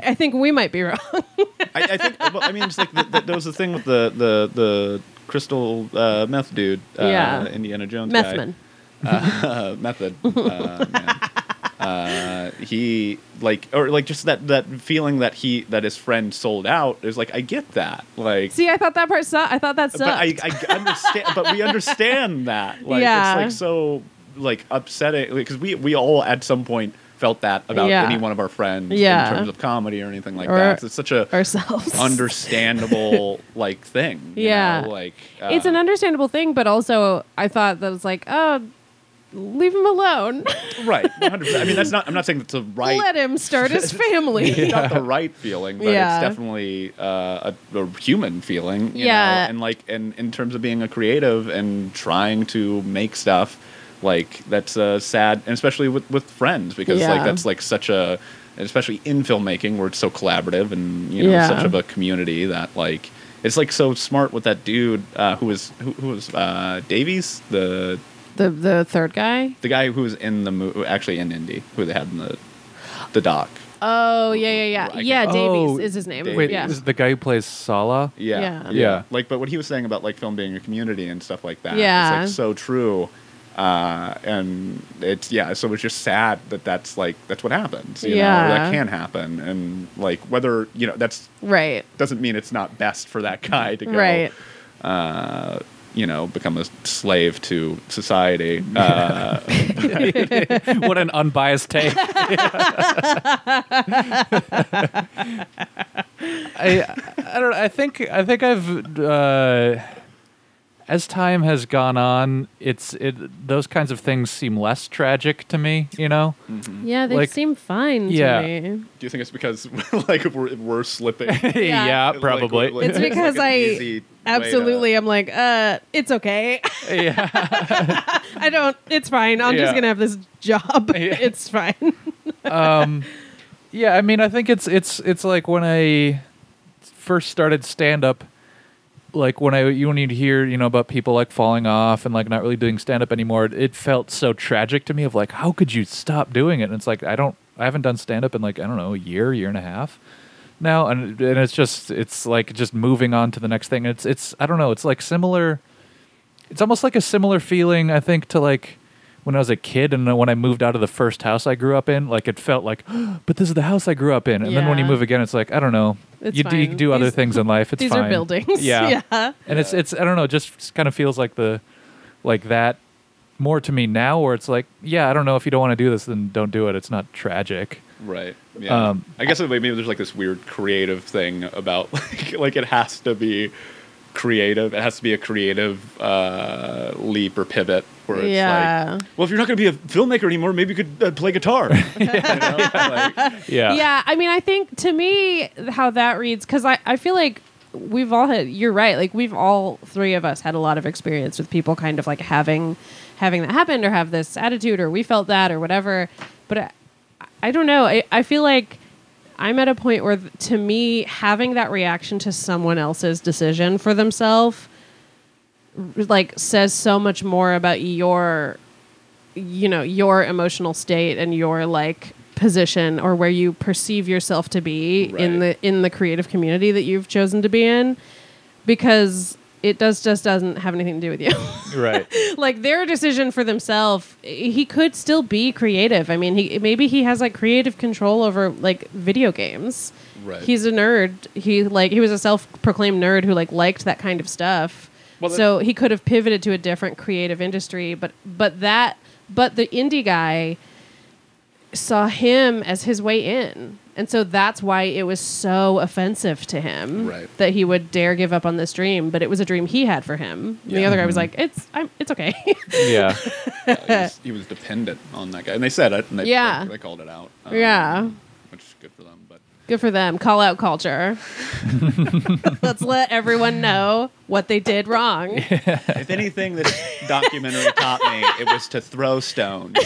S4: I think we might be wrong.
S3: I, I think. Well, I mean, it's like the, the, there was the thing with the the the crystal uh, meth dude, uh,
S4: Yeah.
S3: Indiana Jones guy.
S4: Methman.
S3: uh, method. Uh, man. uh, he like or like just that that feeling that he that his friend sold out is like I get that like.
S4: See, I thought that part sucked. I thought that
S3: but I,
S4: sucked.
S3: I understand. but we understand that. Like
S4: Yeah.
S3: it's like so like upsetting because we we all at some point felt that about
S4: Yeah.
S3: any one of our friends
S4: Yeah.
S3: in terms of comedy or anything like
S4: Or-
S3: that. So it's such a
S4: Ourselves.
S3: understandable like thing. you
S4: Yeah.
S3: know, like uh,
S4: it's an understandable thing, but also I thought that it's like, oh, leave him alone.
S3: right. 100%. I mean, that's not. I'm not saying that's a right.
S4: Let him start his family.
S3: It's not the right feeling, but
S4: Yeah.
S3: it's definitely uh, a, a human feeling. you know,
S4: Yeah.
S3: and like, and in terms of being a creative and trying to make stuff, like that's uh, sad, and especially with with friends because like
S4: Yeah.
S3: that's like such a and especially in filmmaking where it's so collaborative and you know
S4: Yeah.
S3: such of a community that like it's like so smart with that dude uh, who was who, who was uh, Davies the
S4: The the third guy.
S3: the guy who was in the movie actually in Indy who they had in the the doc
S4: Oh yeah yeah yeah
S3: Right.
S4: yeah. Davies
S2: Oh,
S4: is his name.
S3: Davies.
S2: Wait,
S4: yeah.
S2: this is the guy who plays Sala?
S3: Yeah.
S4: Yeah.
S2: Yeah.
S3: Like, but what he was saying about like film being a community and stuff like that.
S4: Yeah.
S3: It's like so true. Uh, and it's, yeah. So it's just sad that that's like, that's what happens. You Know, or
S4: Yeah.
S3: that can happen. And like, whether, you know, that's
S4: Right.
S3: doesn't mean it's not best for that guy to go,
S4: Right.
S3: uh, you know, become a slave to society. Uh,
S2: what an unbiased take. I I don't know, I think I think I've uh, as time has gone on, it's it those kinds of things seem less tragic to me, you know?
S4: Yeah, they
S2: Like-
S4: seem fine to
S2: Yeah.
S4: me.
S3: do you think it's because like we're, we're slipping?
S4: Yeah.
S2: yeah,
S3: Like,
S2: probably.
S3: like-
S4: It's because
S3: like an
S4: I
S3: easy
S4: absolutely
S3: way
S4: I'm like, uh, it's okay.
S2: yeah.
S4: I don't. It's fine. I'm
S2: Yeah.
S4: just gonna have this job.
S2: Yeah.
S4: It's fine.
S2: um, yeah, I mean, I think it's it's it's like when I first started stand up, like when I you when you'd hear you know about people like falling off and like not really doing stand up anymore, it, it felt so tragic to me. Of like, how could you stop doing it? And it's like I don't, I haven't done stand up in like I don't know a year, year and a half now, and and it's just it's like just moving on to the next thing. It's it's I don't know. It's like similar it's almost like a similar feeling i think to like when i was a kid and when i moved out of the first house i grew up in like it felt like but this is the house i grew up in and then when you
S4: Yeah.
S2: move again it's like i don't know
S4: It's
S2: you, do, you
S4: fine.
S2: do other
S4: These-
S2: things in life it's
S4: These
S2: fine
S4: are buildings.
S2: yeah,
S4: yeah.
S2: and it's it's i don't know it just kind of feels like the like that more to me now where it's like yeah i don't know if you don't want to do this then don't do it it's not tragic
S3: Right. Yeah.
S2: Um,
S3: I guess maybe there's like this weird creative thing about like like it has to be creative. It has to be a creative uh, leap or pivot where it's
S4: Yeah.
S3: like, well, if you're not going to be a filmmaker anymore, maybe you could uh, play guitar. You know? Like,
S2: yeah
S4: yeah i mean i think to me how that reads because I, I feel like we've all had you're right like we've all three of us had a lot of experience with people kind of like having having that happen or have this attitude or we felt that or whatever but i, I don't know I, I feel like i'm at a point where th- to me having that reaction to someone else's decision for themselves like says so much more about your you know your emotional state and your like position or where you perceive yourself to be in the
S3: Right.
S4: in the creative community that you've chosen to be in because it does just doesn't have anything to do with you
S2: right
S4: like their decision for themselves he could still be creative i mean he maybe he has like creative control over like video games
S3: Right.
S4: he's a nerd he like he was a self-proclaimed nerd who like liked that kind of stuff
S3: Well, that-
S4: so he could have pivoted to a different creative industry but but that but the indie guy saw him as his way in and so that's why it was so offensive to him
S3: Right.
S4: that he would dare give up on this dream but it was a dream he had for him the
S3: Yeah. Mm-hmm.
S4: other guy was like it's I'm, it's okay
S2: yeah
S3: Uh, he, was, he was dependent on that guy, and they said it, and they
S4: Yeah.
S3: they, they called it out. um,
S4: yeah
S3: which is good for them. But
S4: good for them call out culture let's let everyone know what they did wrong
S3: if anything, this documentary taught me it was to throw stones.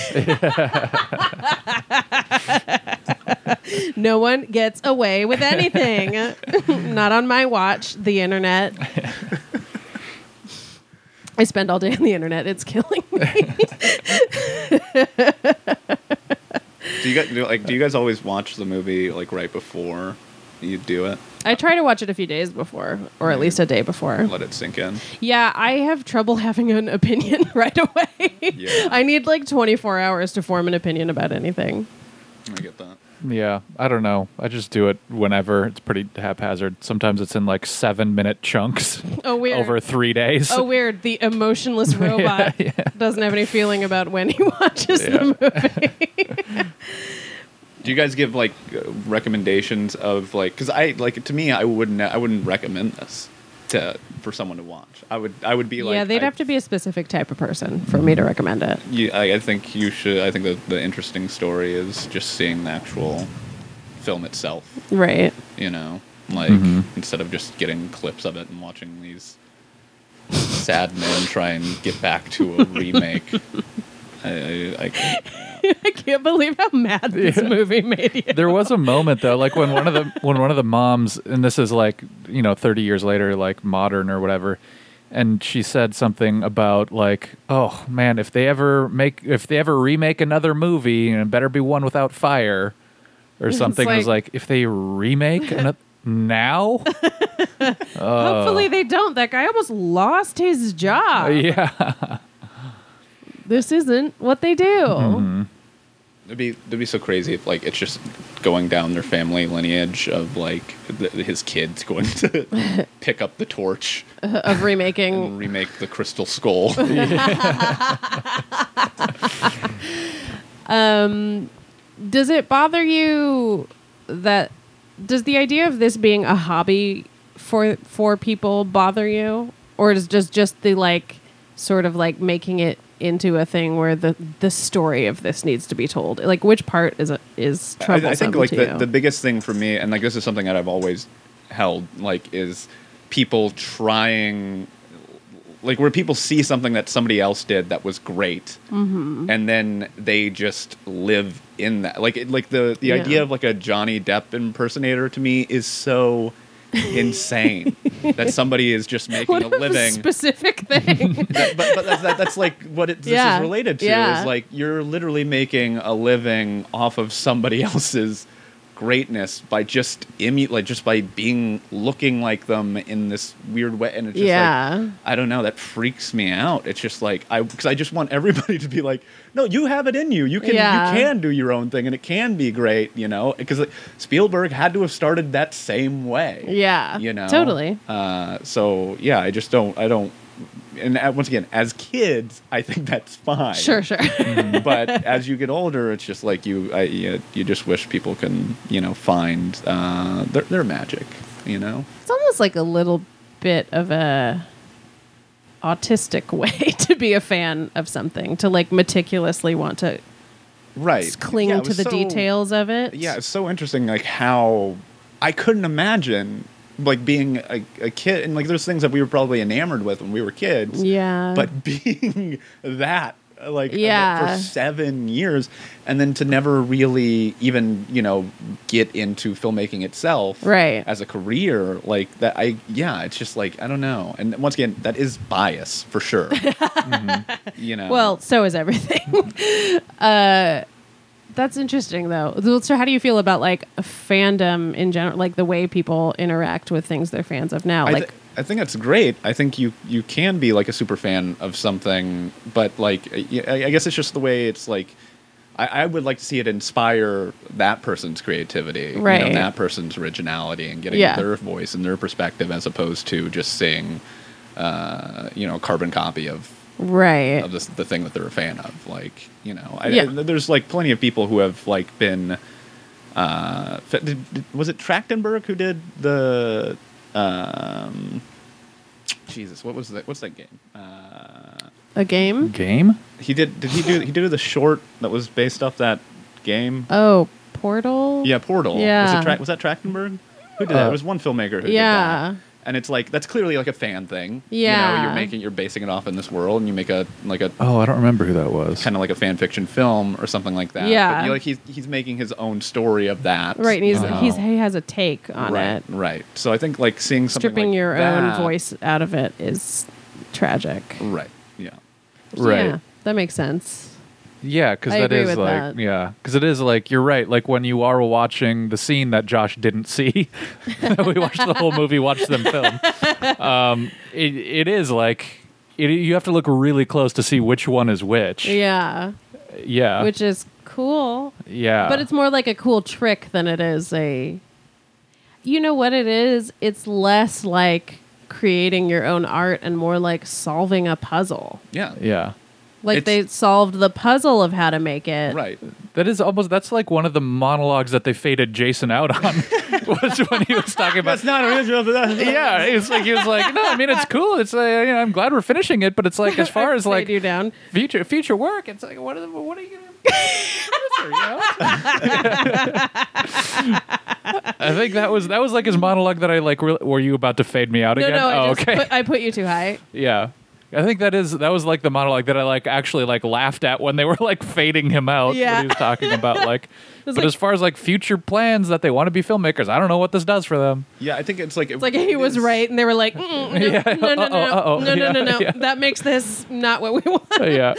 S4: no one gets away with anything not on my watch the internet i spend all day on the internet it's killing me
S3: Do you guys do, like? Do you guys always watch the movie like right before you do it?
S4: i try to watch it a few days before or at least a day before
S3: Let it sink in.
S4: Yeah, I have trouble having an opinion right away.
S3: Yeah.
S4: I need like 24 hours to form an opinion about anything.
S3: I get that.
S2: Yeah, I don't know. I just do it whenever. It's pretty haphazard. Sometimes it's in like seven minute chunks
S4: Oh, weird.
S2: over three days.
S4: Oh, weird. The emotionless robot doesn't have any feeling about when he watches the movie.
S3: Do you guys give like uh, recommendations of like? Because I like to me, I wouldn't. I wouldn't recommend this to for someone to watch. I would. I would be like.
S4: yeah, they'd
S3: I,
S4: have to be a specific type of person for me to recommend it.
S3: You, I, I think you should. I think the the interesting story is just seeing the actual film itself.
S4: Right.
S3: You know, like
S2: Mhm.
S3: instead of just getting clips of it and watching these sad men try and get back to a remake. I, I, I,
S4: I can't believe how mad this
S2: Yeah.
S4: movie made you.
S2: there was a moment though like when one of the when one of the moms and this is like you know 30 years later like modern or whatever and she said something about like oh man if they ever make if they ever remake another movie and it better be one without fire or something it was
S4: like-
S2: like if they remake ano- now
S4: Hopefully they don't. That guy almost lost his job.
S2: yeah
S4: This isn't what they do. Mm-hmm.
S3: It'd be it'd be so crazy if like it's just going down their family lineage of like th- his kids going to pick up the torch
S4: Of remaking
S3: and remake the Crystal Skull.
S4: does it bother you that does the idea of this being a hobby for for people bother you or is just just the like sort of like making it into a thing where the the story of this needs to be told like which part is is
S3: I-
S4: troublesome
S3: I, think like
S4: to
S3: the,
S4: you?
S3: the biggest thing for me, and like this is something that I've always held, like is people trying, like where people see something that somebody else did that was great,
S4: Mm-hmm.
S3: and then they just live in that. Like it, like the the
S4: Yeah.
S3: idea of like a Johnny Depp impersonator to me is so insane that somebody is just making
S4: what
S3: a
S4: if it was a
S3: living
S4: specific thing
S3: that, but, but that's, that, that's like what it, this
S4: Yeah.
S3: is related to
S4: Yeah.
S3: is like you're literally making a living off of somebody else's greatness by just imu- like just by being looking like them in this weird way and it's just
S4: Yeah.
S3: like i don't know that freaks me out it's just like i because i just want everybody to be like no you have it in you you can
S4: Yeah.
S3: you can do your own thing and it can be great you know because like, spielberg had to have started that same way
S4: yeah
S3: you know
S4: totally
S3: uh, so yeah i just don't i don't and uh, once again as kids i think that's fine
S4: sure sure
S3: but as you get older it's just like you I, you, you just wish people can you know find uh, their, their magic you know
S4: It's almost like a little bit of a autistic way to be a fan of something, to like meticulously want to
S3: right
S4: cling
S3: Yeah, it
S4: to
S3: was
S4: the
S3: so-
S4: details of it.
S3: yeah it's so interesting like how i couldn't imagine like being a, a kid and like there's things that we were probably enamored with when we were kids
S4: Yeah.
S3: but being that like
S4: Yeah.
S3: for seven years and then to never really even you know get into filmmaking itself
S4: Right.
S3: as a career like that i yeah it's just like i don't know and once again that is bias for sure you know
S4: well, so is everything. uh that's interesting though. So how do you feel about like fandom in general, like the way people interact with things they're fans of now?
S3: I,
S4: like
S3: th- I think that's great. I think you you can be like a super fan of something, but like I, I guess it's just the way it's like. I, I would like to see it inspire that person's creativity, you know,
S4: Right.
S3: that person's originality, and getting
S4: Yeah.
S3: their voice and their perspective, as opposed to just seeing, uh, you know, a carbon copy of
S4: right.
S3: of this, the thing that they're a fan of. Like, you know, I,
S4: Yeah.
S3: I- there's like plenty of people who have like been. Uh, fa- did, did- was it Trachtenberg who did the? Um, Jesus, what was that? What's that game? Uh,
S4: A game?
S2: game
S3: he did. Did he do? He did the short that was based off that game.
S4: Oh, Portal?
S3: Yeah, Portal.
S4: Yeah.
S3: Was, it Tra- was that Trachtenberg? Who did that?
S2: Uh,
S3: It was one filmmaker who
S4: Yeah.
S3: did that. And it's like that's clearly like a fan thing. You
S4: Yeah.
S3: know, you're making you're basing it off in this world and you make a like a
S2: oh i don't remember who that was
S3: kind of like a fan fiction film or something like that.
S4: Yeah.
S3: But, you know, like he's he's making his own story of that.
S4: Right, and he's,
S3: you know?
S4: he's he has a take on
S3: right,
S4: it.
S3: Right. So I think like seeing something
S4: stripping
S3: like
S4: your
S3: that-
S4: own voice out of it is tragic.
S3: Right. Yeah.
S2: right
S4: Yeah, that makes sense.
S2: Yeah, because
S4: I
S2: that
S4: agree
S2: is
S4: with
S2: like
S4: that.
S2: yeah, because it is like you're right. Like when you are watching the scene that Josh didn't see, we watched the whole movie, watched them film. Um, it it is like it, you have to look really close to see which one is which.
S4: Yeah,
S3: Uh,
S2: yeah,
S4: which is cool,
S2: yeah.
S4: but it's more like a cool trick than it is a. You know what it is? It's less like creating your own art and more like solving a puzzle.
S3: Yeah.
S2: yeah.
S4: Like
S3: It's-
S4: they solved the puzzle of how to make it.
S3: Right.
S2: That is almost that's like one of the monologues that they faded Jason out on was when he was talking about
S3: That's not original. But that's
S2: yeah, he was like he was like no, I mean it's cool. It's like, you know, I'm glad we're finishing it, but it's like as far as
S4: Fade
S2: like
S4: you down.
S2: future future work. It's like what are the, what are you gonna what is there, you know? I think that was that was like his monologue that I like. Re- were you about to fade me out
S4: No,
S2: again?
S4: no. I
S2: oh,
S4: just
S2: okay.
S4: put, I put you too high.
S2: yeah. I think that is that was like the monologue that I like actually like laughed at when they were like fading him out.
S4: Yeah.
S2: What he was talking about like
S4: was
S2: but
S4: like-
S2: as far as like future plans that they want to be filmmakers, I don't know what this does for them.
S3: Yeah, I think it's like
S4: It's like he was right, and they were like, "Mm, no,
S2: Yeah.
S4: no, no, no,
S2: Uh-oh, uh-oh.
S4: no, no, no,
S2: Yeah,
S4: no.
S2: yeah.
S4: That makes this not what we want."
S2: So, yeah.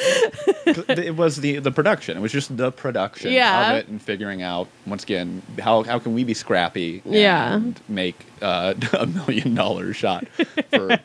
S3: it was the the production. It was just the production
S4: Yeah.
S3: of it and figuring out once again how how can we be scrappy and
S4: Yeah.
S3: make uh, a million dollar shot for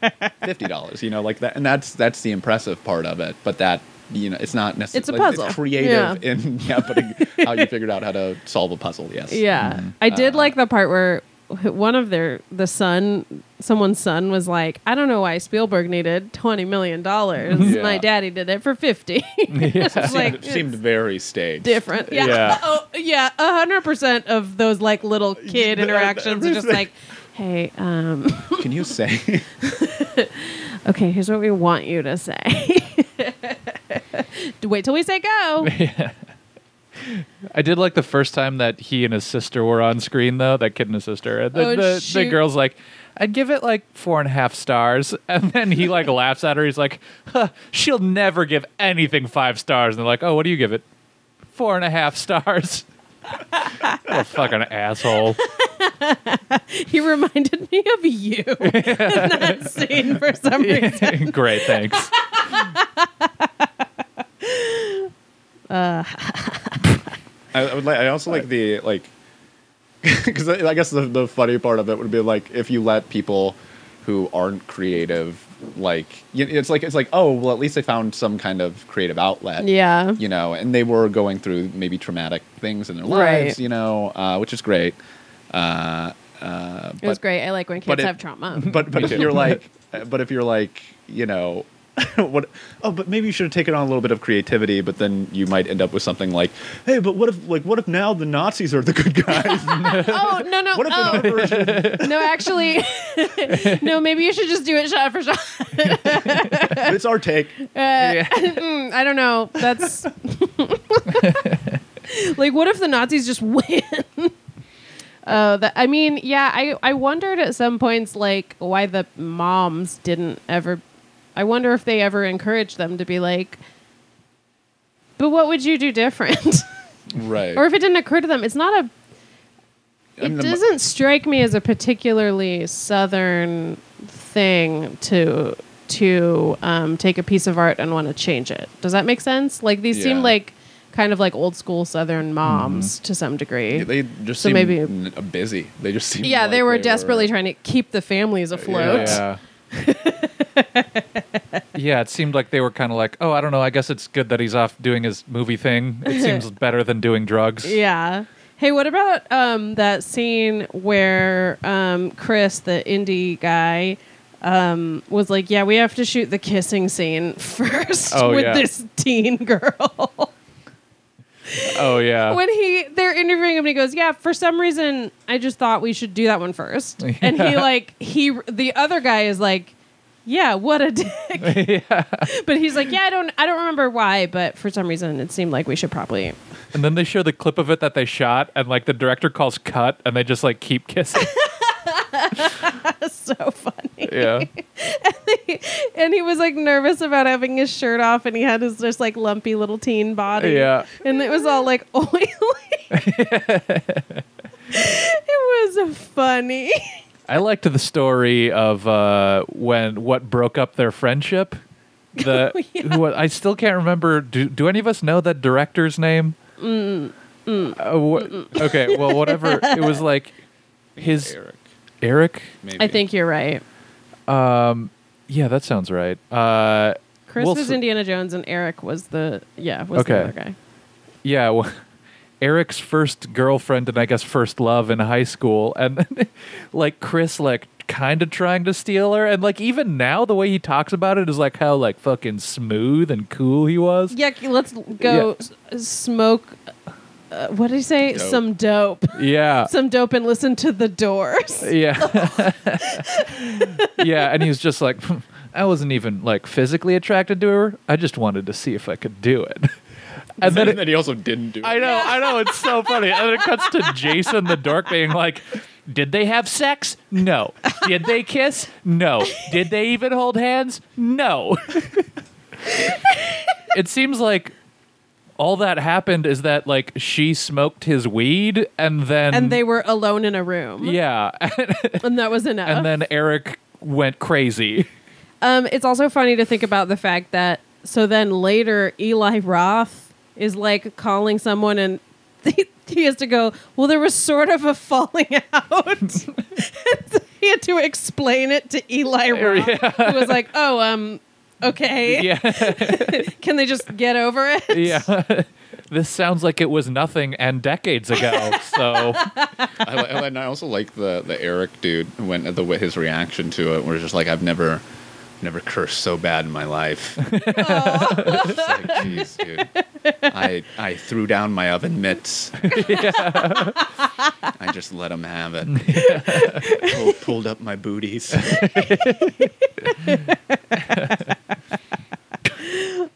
S3: fifty dollars. You know, like that, and that's that's the impressive part of it. But that you know, it's not
S4: It's a
S3: necessarily
S4: puzzle.
S3: creative
S4: Yeah.
S3: in yeah, putting how you figured out how to solve a puzzle. Yes.
S4: Yeah, I did like the part where one of their the son, someone's son, was like, "I don't know why Spielberg needed twenty million dollars.
S3: Yeah.
S4: My daddy did it for fifty. it's like
S3: It seemed very staged.
S4: different. Yeah,
S2: Yeah.
S4: oh yeah, a hundred percent of those like little kid
S3: Yeah,
S4: interactions are just
S3: everything.
S4: like, "Hey, um,
S3: Can you say?
S4: okay, here's what we want you to say." Wait till we say go.
S2: I did like the first time that he and his sister were on screen though, that kid and his sister. And The, the,
S4: Oh,
S2: the
S4: shoot.
S2: girl's like, I'd give it like four and a half stars. And then he like laughs at her. He's like, huh, she'll never give anything five stars. And they're like, Oh, what do you give it? Four and a half stars. what a fucking asshole.
S4: He reminded me of you in that scene for some reason.
S2: Great, thanks.
S3: I, I would like. I also like the like, because I I guess the the funny part of it would be like if you let people who aren't creative, like y- it's like it's like oh well at least they found some kind of creative outlet.
S4: Yeah.
S3: You know, and they were going through maybe traumatic things in their
S4: Right.
S3: lives. You know, uh, which is great. Uh, uh,
S4: It was
S3: but-
S4: great. I like when
S3: but
S4: kids
S3: it-
S4: have trauma.
S3: but but if you're like but if you're like you know what oh but maybe you should have taken on a little bit of creativity but then you might end up with something like hey but what if like what if now the nazis are the good guys
S4: oh no no
S3: what if
S4: oh,
S3: another version
S4: no actually no maybe you should just do it shot for shot.
S3: it's our take
S4: Mm, I don't know. That's like what if the Nazis just win? Oh, that I mean, yeah. I I wondered at some points like why the moms didn't ever. I wonder if they ever encouraged them to be like. But what would you do different?
S3: right
S4: or if it didn't occur to them, it's not a
S3: I
S4: It
S3: mean, the mo-
S4: doesn't strike me as a particularly southern thing to to um, take a piece of art and want to change it. Does that make sense? Like these seem
S3: Yeah.
S4: like kind of like old school southern moms to some degree. Yeah, they,
S3: they just
S4: So
S3: seem
S4: maybe-
S3: n- uh, busy they just seem like
S4: were desperately trying to keep the families afloat.
S2: Yeah. yeah, it seemed like they were kind of like, oh, I don't know. I guess it's good that he's off doing his movie thing. It seems better than doing drugs.
S4: Yeah. Hey, what about um, that scene where um, Chris, the indie guy, um, was like, "Yeah, we have to shoot the kissing scene first
S2: Oh,
S4: with
S2: yeah.
S4: this teen girl."
S2: Oh yeah.
S4: when he they're interviewing him, and he goes, "Yeah, for some reason, I just thought we should do that one first. And he like he the other guy is like, "Yeah, what a dick." But he's like, "Yeah, I don't I don't remember why, but for some reason, it seemed like we should probably."
S2: And then they show the clip of it that they shot, and like the director calls cut, and they just like keep kissing.
S4: That's so funny.
S2: yeah,
S4: and he was like nervous about having his shirt off and he had his just like lumpy little teen body
S2: Yeah.
S4: and it was all like oily it was funny
S2: I liked the story of uh, when what broke up their friendship. The who, I still can't remember. Do do any of us know that director's name? Uh, wha- okay, well, whatever. it was like his
S3: Eric,
S2: Eric.
S3: maybe.
S4: i think you're right
S2: Yeah, that sounds right. Uh,
S4: chris
S2: Wilson-
S4: was indiana jones and eric was the yeah was the
S2: Okay.
S4: other guy
S2: yeah well, eric's first girlfriend and i guess first love in high school and like chris like kind of trying to steal her and like even now the way he talks about it is like how like fucking smooth and cool he was
S4: yeah c- let's go s- smoke uh, what did he say
S3: Dope.
S4: some dope
S2: yeah
S4: some dope and listen to the doors
S2: yeah yeah and he's just like "Hmm, i wasn't even like physically attracted to her i just wanted to see if i could do it
S3: and then,
S2: it-
S3: he also didn't do it.
S2: I know, I know, it's so funny. And then it cuts to Jason the dork being like, Did they have sex? No. Did they kiss? No. Did they even hold hands? No. it seems like all that happened is that like she smoked his weed and then
S4: and they were alone in a room.
S2: yeah
S4: And that was enough.
S2: and then Eric went crazy.
S4: Um, it's also funny to think about the fact that so then later Eli Roth is like calling someone and he has to go. Well, there was sort of a falling out. And so he had to explain it to Eli Roth, who was like, "Oh, um, okay,
S2: Oh, Yeah.
S4: can they just get over it?"
S2: yeah. This sounds like it was nothing and decades ago. So
S3: I, I- and I also like the the Eric dude when the way his reaction to it was just like I've never never cursed so bad in my life. It's like, "Jeez, dude. I I threw down my oven mitts. I just let him have it. Pull- pulled up my booties.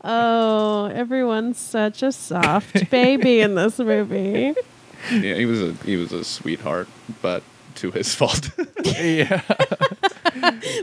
S4: Oh, everyone's such a soft baby in this movie.
S3: Yeah, he was a he was a sweetheart, but to his fault.
S2: yeah.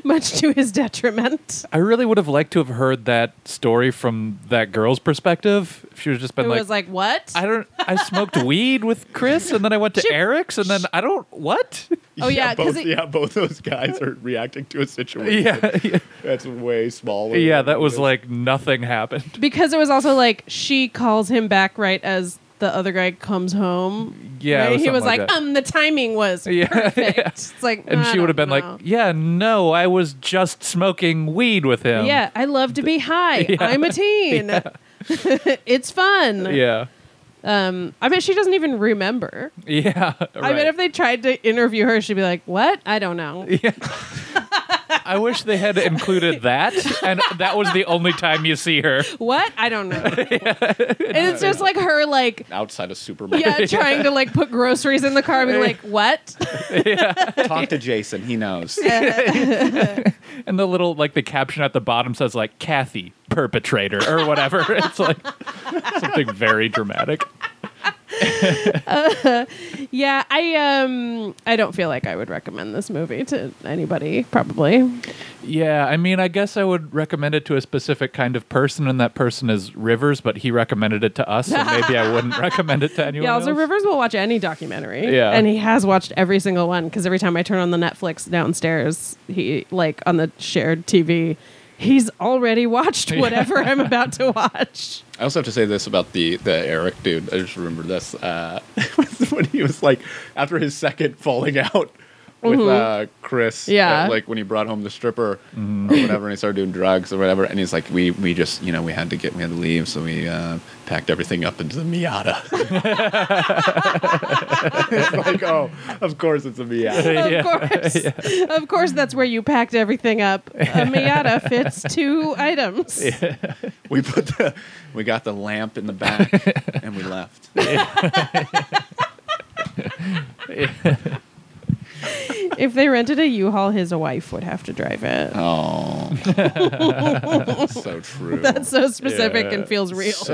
S4: Much to his detriment.
S2: I really would have liked to have heard that story from that girl's perspective. If she was just been
S4: Who
S2: like,
S4: was like, "What?"
S2: I don't. I smoked weed with Chris, and then I went to
S4: She-
S2: Eric's, and then I don't. What?
S4: Oh, yeah,
S3: both,
S4: 'cause it-
S3: yeah, both those guys are reacting to a situation
S2: Yeah, yeah,
S3: that's way smaller.
S2: yeah.
S3: than
S2: That
S3: it
S2: was
S3: is.
S2: like nothing happened.
S4: because it was also like she calls him back right as the other guy comes home.
S2: Yeah, it
S4: right?
S2: was
S4: he was
S2: something like
S4: like,
S2: that.
S4: um, the timing was
S2: Yeah,
S4: perfect. It's like,
S2: And
S4: I
S2: she would have
S4: don't
S2: been
S4: know.
S2: like, "Yeah, no, I was just smoking weed with him."
S4: yeah, I love to be high. I'm a teen. it's fun.
S2: yeah,
S4: Um, I bet she doesn't even remember.
S2: yeah.
S4: I bet
S2: right.
S4: if they tried to interview her, she'd be like, "What? I don't know."
S2: I wish they had included that, and that was the only time you see her.
S4: What? I don't know. And it's just like her, like.
S3: outside of Superman.
S4: Yeah, trying to like put groceries in the car and be like, what?
S3: Talk to Jason. He knows.
S2: And the little like the caption at the bottom says like Kathy perpetrator or whatever. it's like something very dramatic.
S4: Yeah, I um I don't feel like I would recommend this movie to anybody probably.
S2: Yeah, I mean, I guess I would recommend it to a specific kind of person, and that person is Rivers, but he recommended it to us, so maybe I wouldn't recommend it to anyone.
S4: Yeah, also
S2: else.
S4: Rivers will watch any documentary.
S2: Yeah.
S4: And he has watched every single one because every time I turn on the Netflix downstairs, he like on the shared TV, he's already watched whatever I'm about to watch.
S3: I also have to say this about the the Eric dude. I just remembered this uh, when he was like after his second falling out with uh, Chris. uh,
S4: Mm-hmm. Yeah.
S3: like when he brought home the stripper or whatever, and he started doing drugs or whatever. And he's like, we we just you know we had to get we had to leave, so we uh, packed everything up into the Miata. it's like oh, of course it's a Miata.
S4: Of
S2: Yeah.
S4: course. Of course that's where you packed everything up. A Miata fits two items.
S3: We put the we got the lamp in the back and we left.
S4: If they rented a U-Haul, his wife would have to drive it.
S3: Oh, so true.
S4: That's so specific
S2: Yeah.
S4: and feels real.
S3: So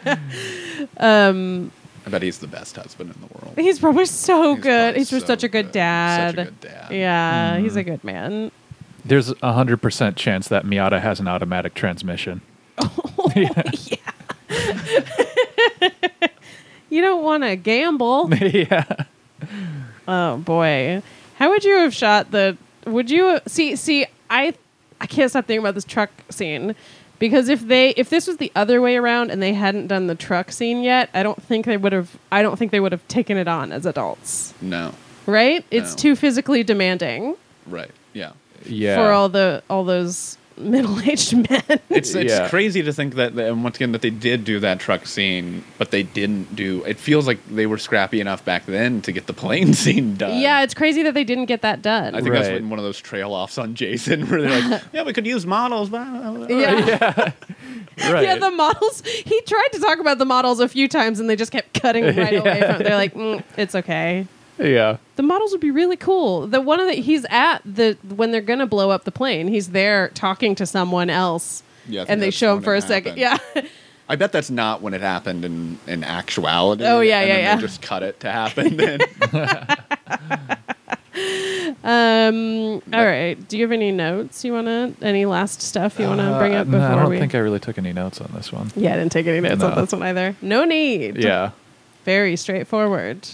S4: Um,
S3: I bet he's the best husband in the world.
S4: he's probably so
S3: He's
S4: good.
S3: probably
S4: He's just
S3: so
S4: such a good
S3: good. Such a
S4: dad.
S3: good dad. Mm.
S4: Yeah, he's a good man.
S2: There's a hundred percent chance that Miata has an automatic transmission.
S4: You don't want to gamble.
S2: yeah,
S4: oh boy, how would you have shot the? Would you see? See, I I can't stop thinking about this truck scene because if they if this was the other way around and they hadn't done the truck scene yet, I don't think they would have. I don't think they would have taken it on as adults.
S3: No,
S4: Right? It's
S3: No.
S4: too physically demanding.
S3: right? Yeah.
S2: yeah.
S4: for all the all those middle-aged men.
S3: It's it's
S2: Yeah.
S3: crazy to think that that- and once again that they did do that truck scene, but they didn't do. It feels like they were scrappy enough back then to get the plane scene done.
S4: yeah, it's crazy that they didn't get that done.
S3: I think that's
S2: Right.
S3: when one of those trail offs on Jason where they're like, yeah, we could use models, but uh,
S4: yeah.
S2: right.
S4: yeah, the models. He tried to talk about the models a few times, and they just kept cutting right away from. They're like, mm, "It's okay.
S2: yeah,
S4: The models would be really cool." The one of the he's at the when they're gonna blow up the plane, he's there talking to someone else,
S3: Yeah, I think
S4: and they
S3: that's
S4: show him
S3: when
S4: for a
S3: it
S4: second. Yeah,
S3: happened. I bet that's not when it happened in, in actuality.
S4: Oh, yeah,
S3: and
S4: yeah,
S3: then
S4: yeah.
S3: They just cut it to happen. Then.
S4: Um, all right. Do you have any notes you want to, any last stuff you want to bring up
S2: Uh, no,
S4: before
S2: I don't
S4: we?
S2: think I really took any notes on this one.
S4: yeah, I didn't take any notes on
S2: No.
S4: this one either. No need.
S2: Yeah.
S4: Very straightforward.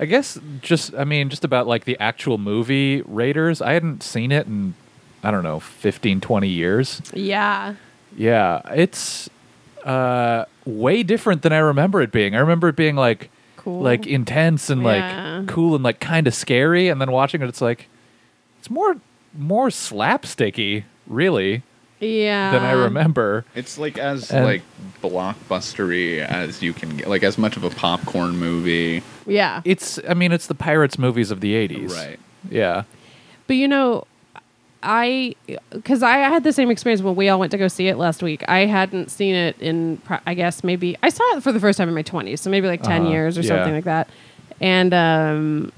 S2: I guess just I mean just about like the actual movie Raiders. I hadn't seen it in I don't know 15 20 years.
S4: Yeah.
S2: Yeah, it's uh way different than I remember it being. I remember it being like
S4: Cool.
S2: like intense and
S4: Yeah.
S2: like cool and like kind of scary and then watching it it's like it's more more slapsticky really
S4: Yeah.
S2: than I remember.
S3: It's like as
S2: And-
S3: like blockbustery as you can get, like as much of a popcorn movie.
S4: Yeah.
S2: It's I mean it's the pirates movies of the 80s.
S3: Right.
S2: Yeah.
S4: But you know, I because I had the same experience when we all went to go see it last week. I hadn't seen it in, pro- I guess maybe I saw it for the first time in my twenties, so maybe like 10
S2: Uh-huh.
S4: years or
S2: Yeah.
S4: something like that. And um,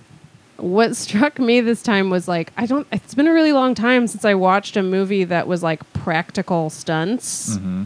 S4: what struck me this time was like I don't. It's been a really long time since I watched a movie that was like practical stunts,
S2: Mm-hmm.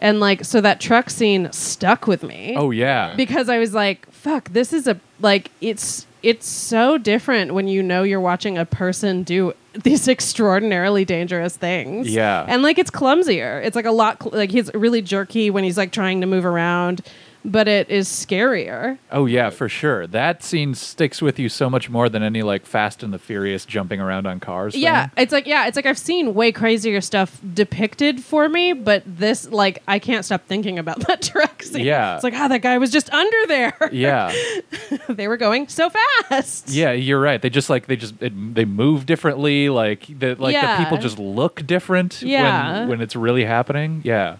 S4: and like so that truck scene stuck with me
S2: Oh yeah.
S4: because I was like, fuck, this is a like it's it's so different when you know you're watching a person do these extraordinarily dangerous things.
S2: Yeah.
S4: And like it's clumsier. It's like a lot cl- like he's really jerky when he's like trying to move around, but it is scarier.
S2: Oh yeah, for sure. That scene sticks with you so much more than any like Fast and the Furious jumping around on cars. thing.
S4: Yeah, it's like yeah, it's like I've seen way crazier stuff depicted for me, but this like I can't stop thinking about that truck scene.
S2: Yeah.
S4: It's like, ah, that guy was just under there.
S2: Yeah.
S4: they were going so fast.
S2: Yeah, you're right. They just like they just it, they move differently. Like the like
S4: Yeah.
S2: the people just look different
S4: Yeah.
S2: when when it's really happening. Yeah.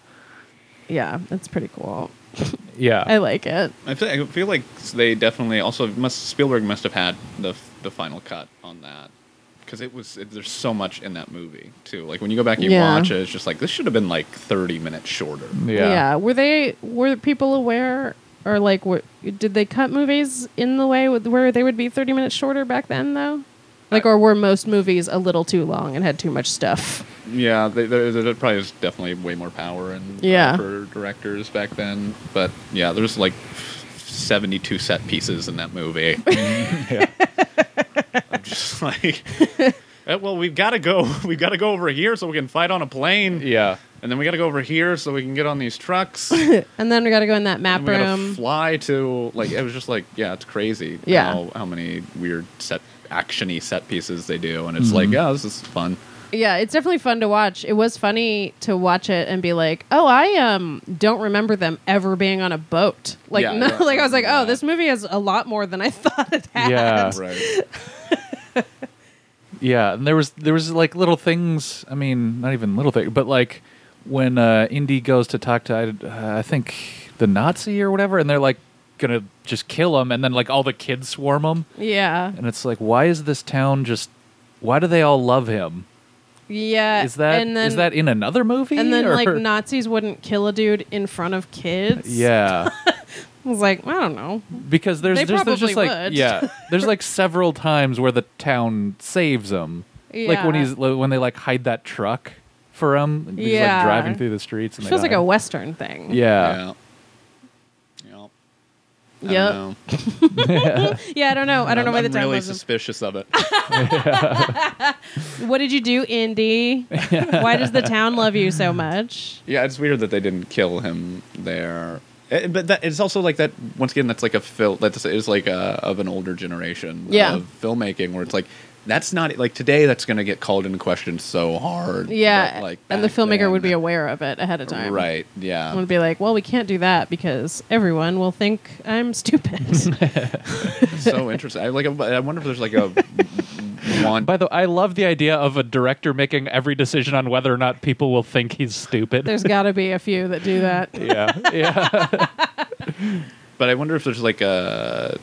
S4: Yeah, that's pretty cool.
S2: Yeah.
S4: I like it.
S3: I feel, I feel like they definitely also must Spielberg must have had the the final cut on that because it was it, there's so much in that movie too. Like when you go back and you
S4: Yeah.
S3: watch it, it's just like this should have been like 30 minutes shorter.
S4: Oh,
S2: yeah.
S4: Were they were people aware or like were, did they cut movies in the way with, where they would be 30 minutes shorter back then though? Like or were most movies a little too long and had too much stuff?
S3: Yeah, they, there, there probably is definitely way more power and
S4: Yeah.
S3: for directors back then. But yeah, there's like 72 set pieces in that movie.
S2: Yeah.
S3: I'm just like, "Eh, well, we've got to go. We've got to go over here so we can fight on a plane.
S2: Yeah.
S3: And then we got to go over here so we can get on these trucks.
S4: And then we got to go in that map
S3: and we got to
S4: room.
S3: fly to like it was just like yeah, it's crazy.
S4: Yeah.
S3: How, how many weird set actiony set pieces they do, and
S4: Mm-hmm.
S3: it's like yeah, this is fun.
S4: yeah, it's definitely fun to watch. It was funny to watch it and be like, "Oh, I um don't remember them ever being on a boat." Like
S3: Yeah,
S4: no,
S3: yeah, I
S4: like I was like,
S3: remember
S4: "Oh, this movie has a lot more than I thought it had."
S2: Yeah.
S3: Right.
S2: Yeah, and there was there was like little things. I mean, not even little things, but like when uh, Indy goes to talk to I, uh, I think the Nazi or whatever, and they're like gonna just kill him, and then like all the kids swarm him,
S4: Yeah.
S2: and it's like, why is this town just? Why do they all love him?
S4: Yeah.
S2: Is that is
S4: Uh, and then,
S2: that in another movie?
S4: And then
S2: or-
S4: like Nazis wouldn't kill a dude in front of kids.
S2: Yeah,
S4: I was like, I don't know.
S2: because there's
S4: They
S2: there's, there's just
S4: probably
S2: like
S4: would.
S2: yeah, there's like several times where the town saves him, like when
S4: Yeah.
S2: he's when they like hide that truck for him. and He's
S4: Yeah.
S2: like driving through the streets. And
S4: It
S2: they
S4: feels like
S2: die.
S4: a Western thing.
S2: Yeah.
S3: Yeah. Yeah. I
S4: Yep.
S3: don't know.
S4: Yeah, I don't know. I don't know why
S3: I'm
S4: the town
S3: really
S4: was.
S3: suspicious of it.
S4: what did you do, Indy? why does the town love you so much?
S3: yeah, it's weird that they didn't kill him there. Eh, but that it's also like that. Once again, that's like a fil- that's is like a of an older generation
S4: Yeah.
S3: of filmmaking where it's like that's not like today that's going to get called into question so hard.
S4: Yeah.
S3: but, like
S4: and the
S3: back
S4: filmmaker
S3: then-
S4: would be aware of it ahead of time.
S3: Right.
S4: And
S3: Yeah.
S4: Would be like, well, we can't do that because everyone will think I'm stupid.
S3: so interesting. I, like I wonder if there's like a one.
S2: By the way, I love the idea of a director making every decision on whether or not people will think he's stupid.
S4: There's got to be a few that do that.
S2: yeah, yeah,
S3: But I wonder if there's like a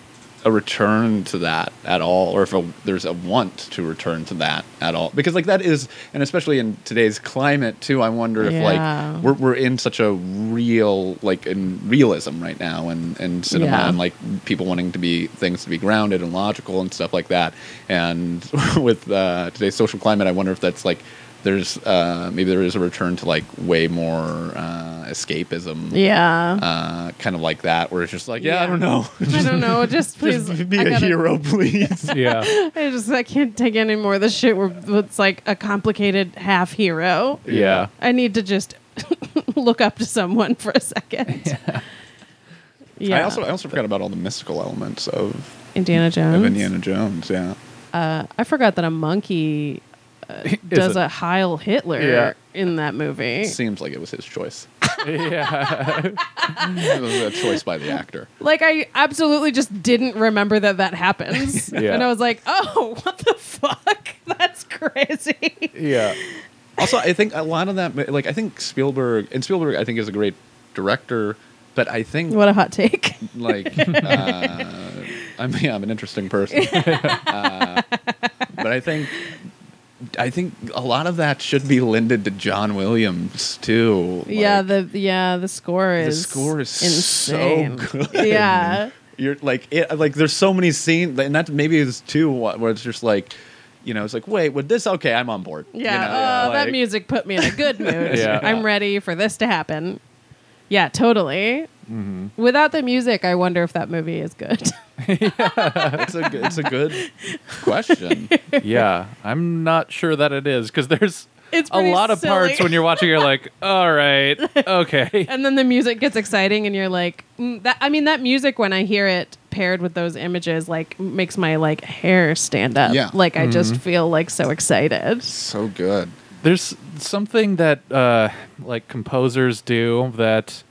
S3: a return to that at all, or if a, there's a want to return to that at all, because like that is, and especially in today's climate too, I wonder if
S4: Yeah.
S3: like we're we're in such a real like in realism right now, and and cinema,
S4: Yeah.
S3: and like people wanting to be things to be grounded and logical and stuff like that, and with uh, today's social climate, I wonder if that's like there's uh, maybe there is a return to like way more uh, escapism,
S4: Yeah.
S3: uh, kind of like that, where it's just like, yeah,
S4: Yeah.
S3: I don't know,
S4: I don't know. Just please
S3: just be
S4: I
S3: a
S4: gotta-
S3: hero, please.
S2: yeah,
S4: I just I can't take any more of this shit. Where it's like a complicated half hero.
S2: yeah.
S4: I need to just look up to someone for a second. Yeah.
S3: I also I also forgot about all the mystical elements of,
S4: Indiana Jones.
S3: of Indiana Jones. Yeah,
S4: Uh, I forgot that a monkey
S2: Is
S4: does
S2: it-
S4: a Heil Hitler
S2: Yeah.
S4: in that movie.
S3: it seems like it was his choice.
S2: yeah.
S3: it was a choice by the actor.
S4: Like I absolutely just didn't remember that that happens,
S2: Yeah.
S4: and I was like, "Oh, what the fuck? That's crazy."
S2: Yeah.
S3: Also, I think a lot of that, like I think Spielberg and Spielberg, I think is a great director, but I think
S4: What a hot take.
S3: like uh, I mean, I'm an interesting person, uh, but I think I think a lot of that should be lended to John Williams too. Like,
S4: yeah, the yeah the score
S3: The
S4: is
S3: score is so
S4: insane.
S3: good.
S4: Yeah,
S3: you're like it, like there's so many scenes, and that maybe is too wh- where it's just like. You know, it's like, wait, with this, okay, I'm on board.
S4: yeah.
S3: You know,
S4: oh, that
S3: like-
S4: music put me in a good mood.
S2: Yeah.
S4: I'm ready for this to happen. Yeah, totally. Without the music, I wonder if that movie is good.
S3: It's a, good- it's a good question.
S2: yeah, I'm not sure that it is because there's
S4: It's
S2: a
S4: pretty
S2: lot of parts
S4: silly.
S2: when you're watching. You're like, all right, okay,
S4: and then the music gets exciting, and you're like, mm, that. I mean, that music when I hear it paired with those images, like makes my like hair stand up.
S3: Yeah.
S4: like I just feel like so excited.
S3: so good.
S2: there's something that uh, like composers do that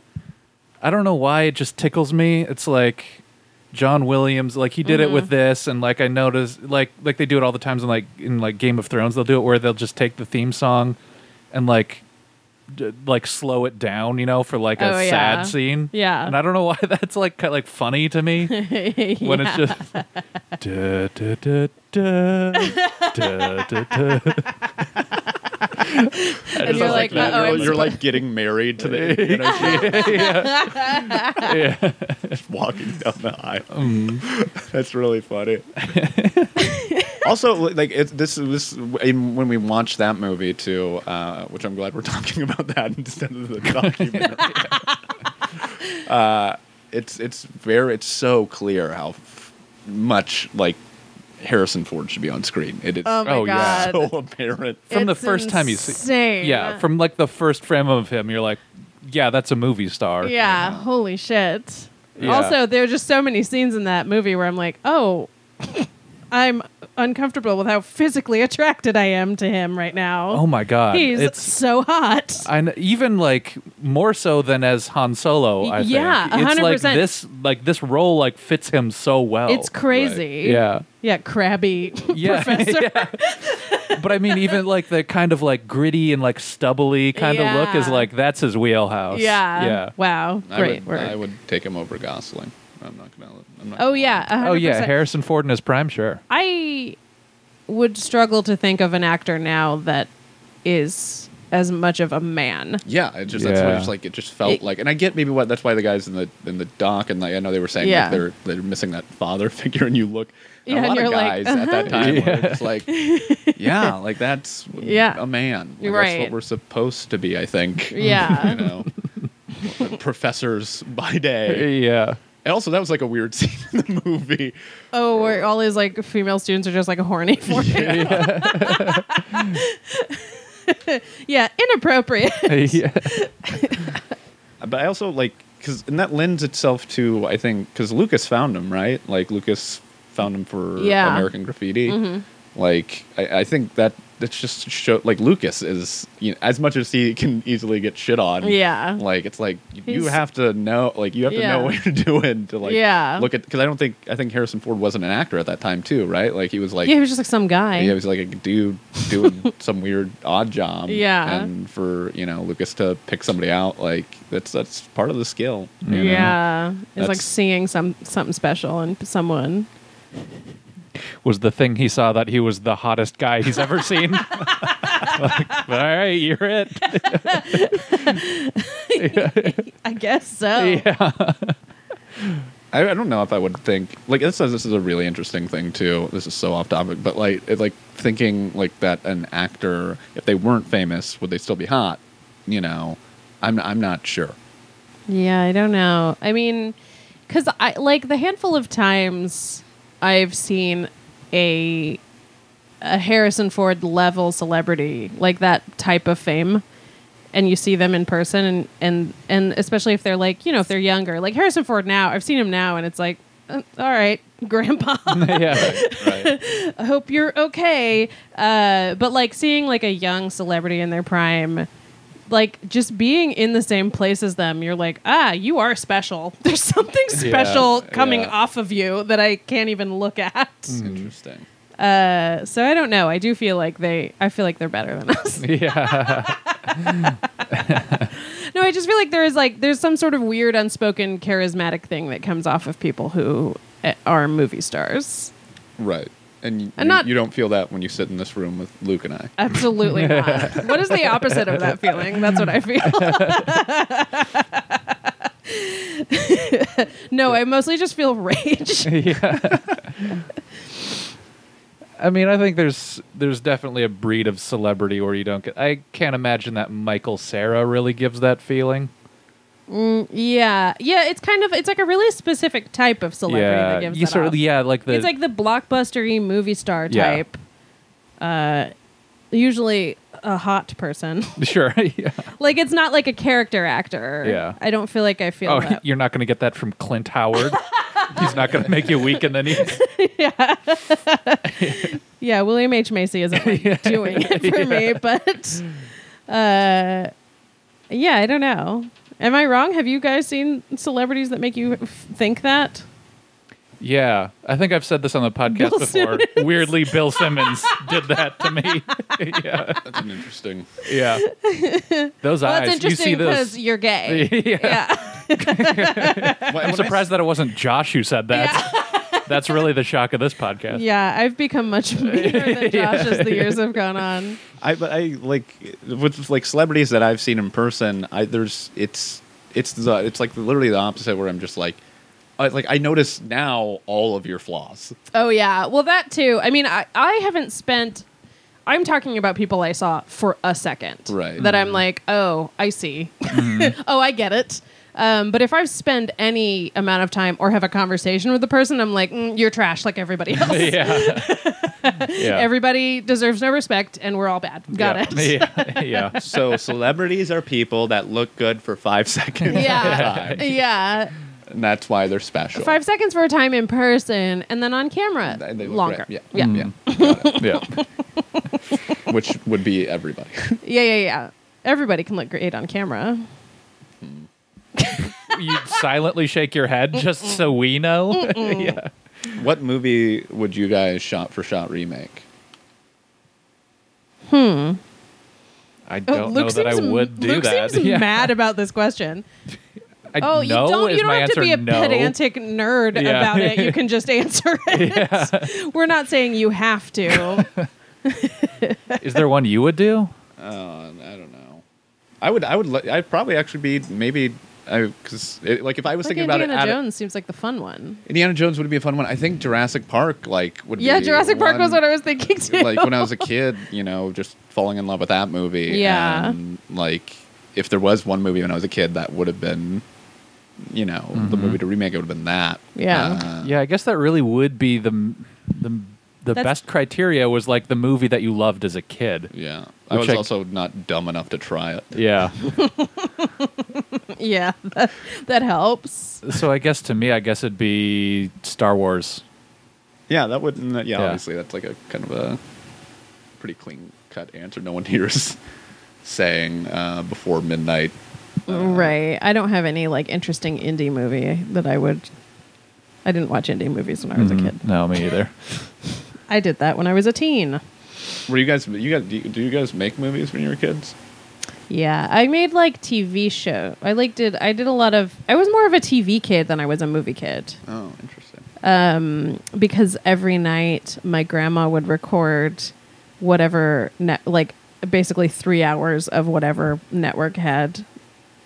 S2: I don't know why it just tickles me. It's like John Williams, like he did it
S4: Mm-hmm.
S2: with this, and like I noticed, like like they do it all the times in like in like Game of Thrones, they'll do it where they'll just take the theme song and like d- like slow it down, you know, for like a
S4: Oh, yeah.
S2: sad scene.
S4: Yeah.
S2: and I don't know why that's like kind of like funny to me when it's just da, da, da, da, da, da, da.
S4: and you're like,
S3: that.
S4: "Uh-oh, I'm
S3: you're, you're like getting married to the
S2: yeah.
S3: just walking down the aisle.
S4: Mm.
S3: That's really funny. also, like it's this this in- when we watched that movie too, uh, which I'm glad we're talking about that instead of the documentary. uh, it's it's very it's so clear how f- much like Harrison Ford should be on screen. It is
S4: Oh my
S2: Oh, yeah.
S4: god.
S3: so apparent.
S2: From the
S4: It's
S2: first time you see-
S4: insane.
S2: Yeah, from like the first frame of him, you're like, yeah, that's a movie star.
S4: Yeah, holy shit.
S2: Yeah.
S4: Also, there are just so many scenes in that movie where I'm like, "Oh, I'm uncomfortable with how physically attracted I am to him right now."
S2: Oh my god.
S4: He's
S2: it's
S4: so hot.
S2: I kn- even like more so than as Han Solo, I
S4: Yeah,
S2: think. It's like
S4: 100%.
S2: this like this role like fits him so well.
S4: it's crazy.
S2: Yeah.
S4: Yeah, crabby.
S2: Yeah. yeah. But I mean even like the kind of like gritty and like stubbly kind
S4: Yeah.
S2: of look is like that's his wheelhouse.
S4: yeah.
S2: Yeah.
S4: Wow.
S3: I
S4: Great
S3: would,
S4: work.
S3: I would take him over Gosling. I'm not gonna. I'm not
S4: oh
S3: gonna
S4: yeah. 100%.
S2: Oh yeah, Harrison Ford in his prime, sure.
S4: I would struggle to think of an actor now that is as much of a man.
S3: Yeah, it just that's what
S2: Yeah.
S3: it's like. It just felt
S4: It-
S3: like, and I get maybe what that's why the guys in the in the dock and like, I know they were saying
S4: Yeah.
S3: like they're they're missing that father figure, and you look.
S4: Yeah,
S3: and a
S4: and
S3: lot
S4: you're
S3: of
S4: like,
S3: guys
S4: uh-huh.
S3: at that time were just like, yeah, like that's
S4: Yeah.
S3: a man. Like, That's
S4: Right.
S3: what we're supposed to be, I think. You
S4: Yeah.
S3: know, professors by day.
S2: Yeah.
S3: And also, that was like a weird scene in the movie.
S4: Oh, where all his like female students are just like horny for him. Yeah, inappropriate.
S2: yeah.
S3: But I also like because and that lends itself to I think because Lucas found him right, like Lucas found him for
S4: Yeah. Mm-hmm.
S3: American Graffiti. Like I, I think that that's just show like Lucas is you know, as much as he can easily get shit on.
S4: Yeah.
S3: like it's like you- you
S4: He's-
S3: have to know like you have to
S4: Yeah.
S3: know what you're doing to like
S4: Yeah.
S3: look at because I don't think I think Harrison Ford wasn't an actor at that time too, right? Like he was like
S4: yeah, he was just like some guy.
S3: yeah, it was like a dude doing some weird odd job.
S4: Yeah.
S3: And for, you know, Lucas to pick somebody out, like that's that's part of the skill. you know?
S4: Yeah. It's like
S3: That's-
S4: seeing some something special in someone.
S2: was the thing he saw that he was the hottest guy he's ever seen. Like, all right, you're it.
S4: I guess so.
S2: Yeah.
S3: I, I don't know if I would think like this. Is, this is a really interesting thing too. This is so off topic, but like it, like thinking like that an actor if they weren't famous would they still be hot? You know, I'm I'm not sure.
S4: Yeah, I don't know. I mean, because I like the handful of times I've seen a a Harrison Ford level celebrity, like that type of fame, and you see them in person, and and and especially if they're like you know if they're younger, like Harrison Ford now. I've seen him now, and it's like, uh, all right, Grandpa.
S2: yeah.
S3: Right.
S4: I hope you're okay. Uh, but like seeing like a young celebrity in their prime, like just being in the same place as them, you're like, ah, you are special. There's something special coming
S3: yeah.
S4: off of you that I can't even look at.
S3: Mm. interesting.
S4: Uh, so I don't know. I do feel like they, I feel like they're better than us.
S2: Yeah.
S4: no, I just feel like there is like there's some sort of weird unspoken charismatic thing that comes off of people who eh, are movie stars.
S3: Right. And, you,
S4: And not-
S3: you don't feel that when you sit in this room with Luke and I.
S4: Absolutely not. what is the opposite of that feeling? That's what I feel. no, I mostly just feel rage.
S2: yeah. I mean, I think there's there's definitely a breed of celebrity where you don't get. I can't imagine that Michael Sarah really gives that feeling.
S4: yeah, yeah. It's kind of it's like a really specific type of celebrity that
S2: yeah,
S4: gives
S2: you
S4: that
S2: sort
S4: off.
S2: of yeah, like the
S4: it's like the blockbustery movie star
S2: Yeah.
S4: type. Uh, usually a hot person.
S2: sure. yeah.
S4: like it's not like a character actor.
S2: Yeah.
S4: I don't feel like I feel
S2: Oh,
S4: that.
S2: you're not going to get that from Clint Howard. He's not going to make you weak, and then he's
S4: Yeah, William H. Macy isn't like, doing it for me, but uh, yeah, I don't know. Am I wrong? Have you guys seen celebrities that make you f- think that?
S2: Yeah, I think I've said this on the podcast
S4: Bill
S2: before. Weirdly, Bill Simmons did that to me. yeah,
S3: That's an interesting.
S2: yeah. Those
S4: Well,
S2: eyes.
S4: that's interesting
S2: you see
S4: because
S2: this?
S4: you're gay.
S2: yeah.
S4: yeah.
S2: I'm surprised that it wasn't Josh who said that. That's really the shock of this podcast.
S4: Yeah, I've become much meaner than Josh as the years have gone on.
S3: I but I like with like celebrities that I've seen in person. I there's it's it's the it's like literally the opposite where I'm just like, I, like I notice now all of your flaws.
S4: Oh yeah. Well, that too. I mean, I I haven't spent. I'm talking about people I saw for a second.
S3: Right. Mm-hmm.
S4: That I'm like, oh, I see. oh, I get it. Um, but if I spend any amount of time or have a conversation with the person, I'm like, mm, you're trash, like everybody else.
S2: yeah. yeah.
S4: Everybody deserves no respect, and we're all bad. Got
S2: yeah.
S4: it.
S2: Yeah. yeah.
S3: So celebrities are people that look good for five seconds.
S4: Yeah.
S3: Time.
S4: yeah.
S3: and that's why they're special.
S4: Five seconds for a time in person, and then on camera,
S3: They- they look
S4: longer.
S3: great. Yeah.
S4: Yeah.
S3: Yeah.
S2: Yeah.
S3: Which would be everybody.
S4: yeah, yeah, yeah. Everybody can look great on camera.
S2: You silently shake your head just so we know. yeah.
S3: what movie would you guys shot for shot remake?
S2: I
S4: Hmm. Oh,
S2: don't know that I would do
S4: Luke
S2: that.
S4: seems
S2: yeah.
S4: mad about this question.
S2: I-
S4: Oh, you
S2: no
S4: don't.
S2: is
S4: You don't
S2: my
S4: have to
S2: answer
S4: be a
S2: no.
S4: pedantic nerd
S2: Yeah.
S4: about it. You can just answer it. We're not saying you have to.
S2: Is there one you would do?
S3: Uh, I don't know. I would. I would. li- I'd probably actually be maybe. I because like if I was
S4: like
S3: thinking about
S4: Indiana
S3: it, at a-
S4: Jones seems like the fun one.
S3: Indiana Jones would be a fun one. I think Jurassic Park like would.
S4: Yeah,
S3: be
S4: Jurassic Park
S3: one-
S4: was what I was thinking too.
S3: like when I was a kid, you know, just falling in love with that movie.
S4: Yeah.
S3: And, like if there was one movie when I was a kid that would have been, you know,
S2: Mm-hmm.
S3: the movie to remake, it would have been that.
S4: Yeah.
S3: Uh,
S2: Yeah, I guess that really would be the the the
S4: That's-
S2: best criteria was like the movie that you loved as a kid.
S3: Yeah. I
S2: Which
S3: was
S2: I-
S3: also not dumb enough to try it.
S2: Yeah.
S4: yeah, that, that helps.
S2: so I guess to me, I guess it'd be Star Wars.
S3: Yeah, that would. Yeah,
S2: Yeah.
S3: obviously that's like a kind of a pretty clean cut answer. No one hears saying uh, before midnight.
S2: Uh,
S4: right. I don't have any like interesting indie movie that I would. I didn't watch indie movies when I was a kid.
S2: No, me either.
S4: I did that when I was a teen.
S3: Were you guys? You guys? Do you, do you guys make movies when you were kids?
S4: Yeah, I made like TV show. I like did I did a lot of I was more of a TV kid than I was a movie kid
S3: Oh, interesting.
S4: because every night my grandma would record whatever net like basically 3 hours of whatever network had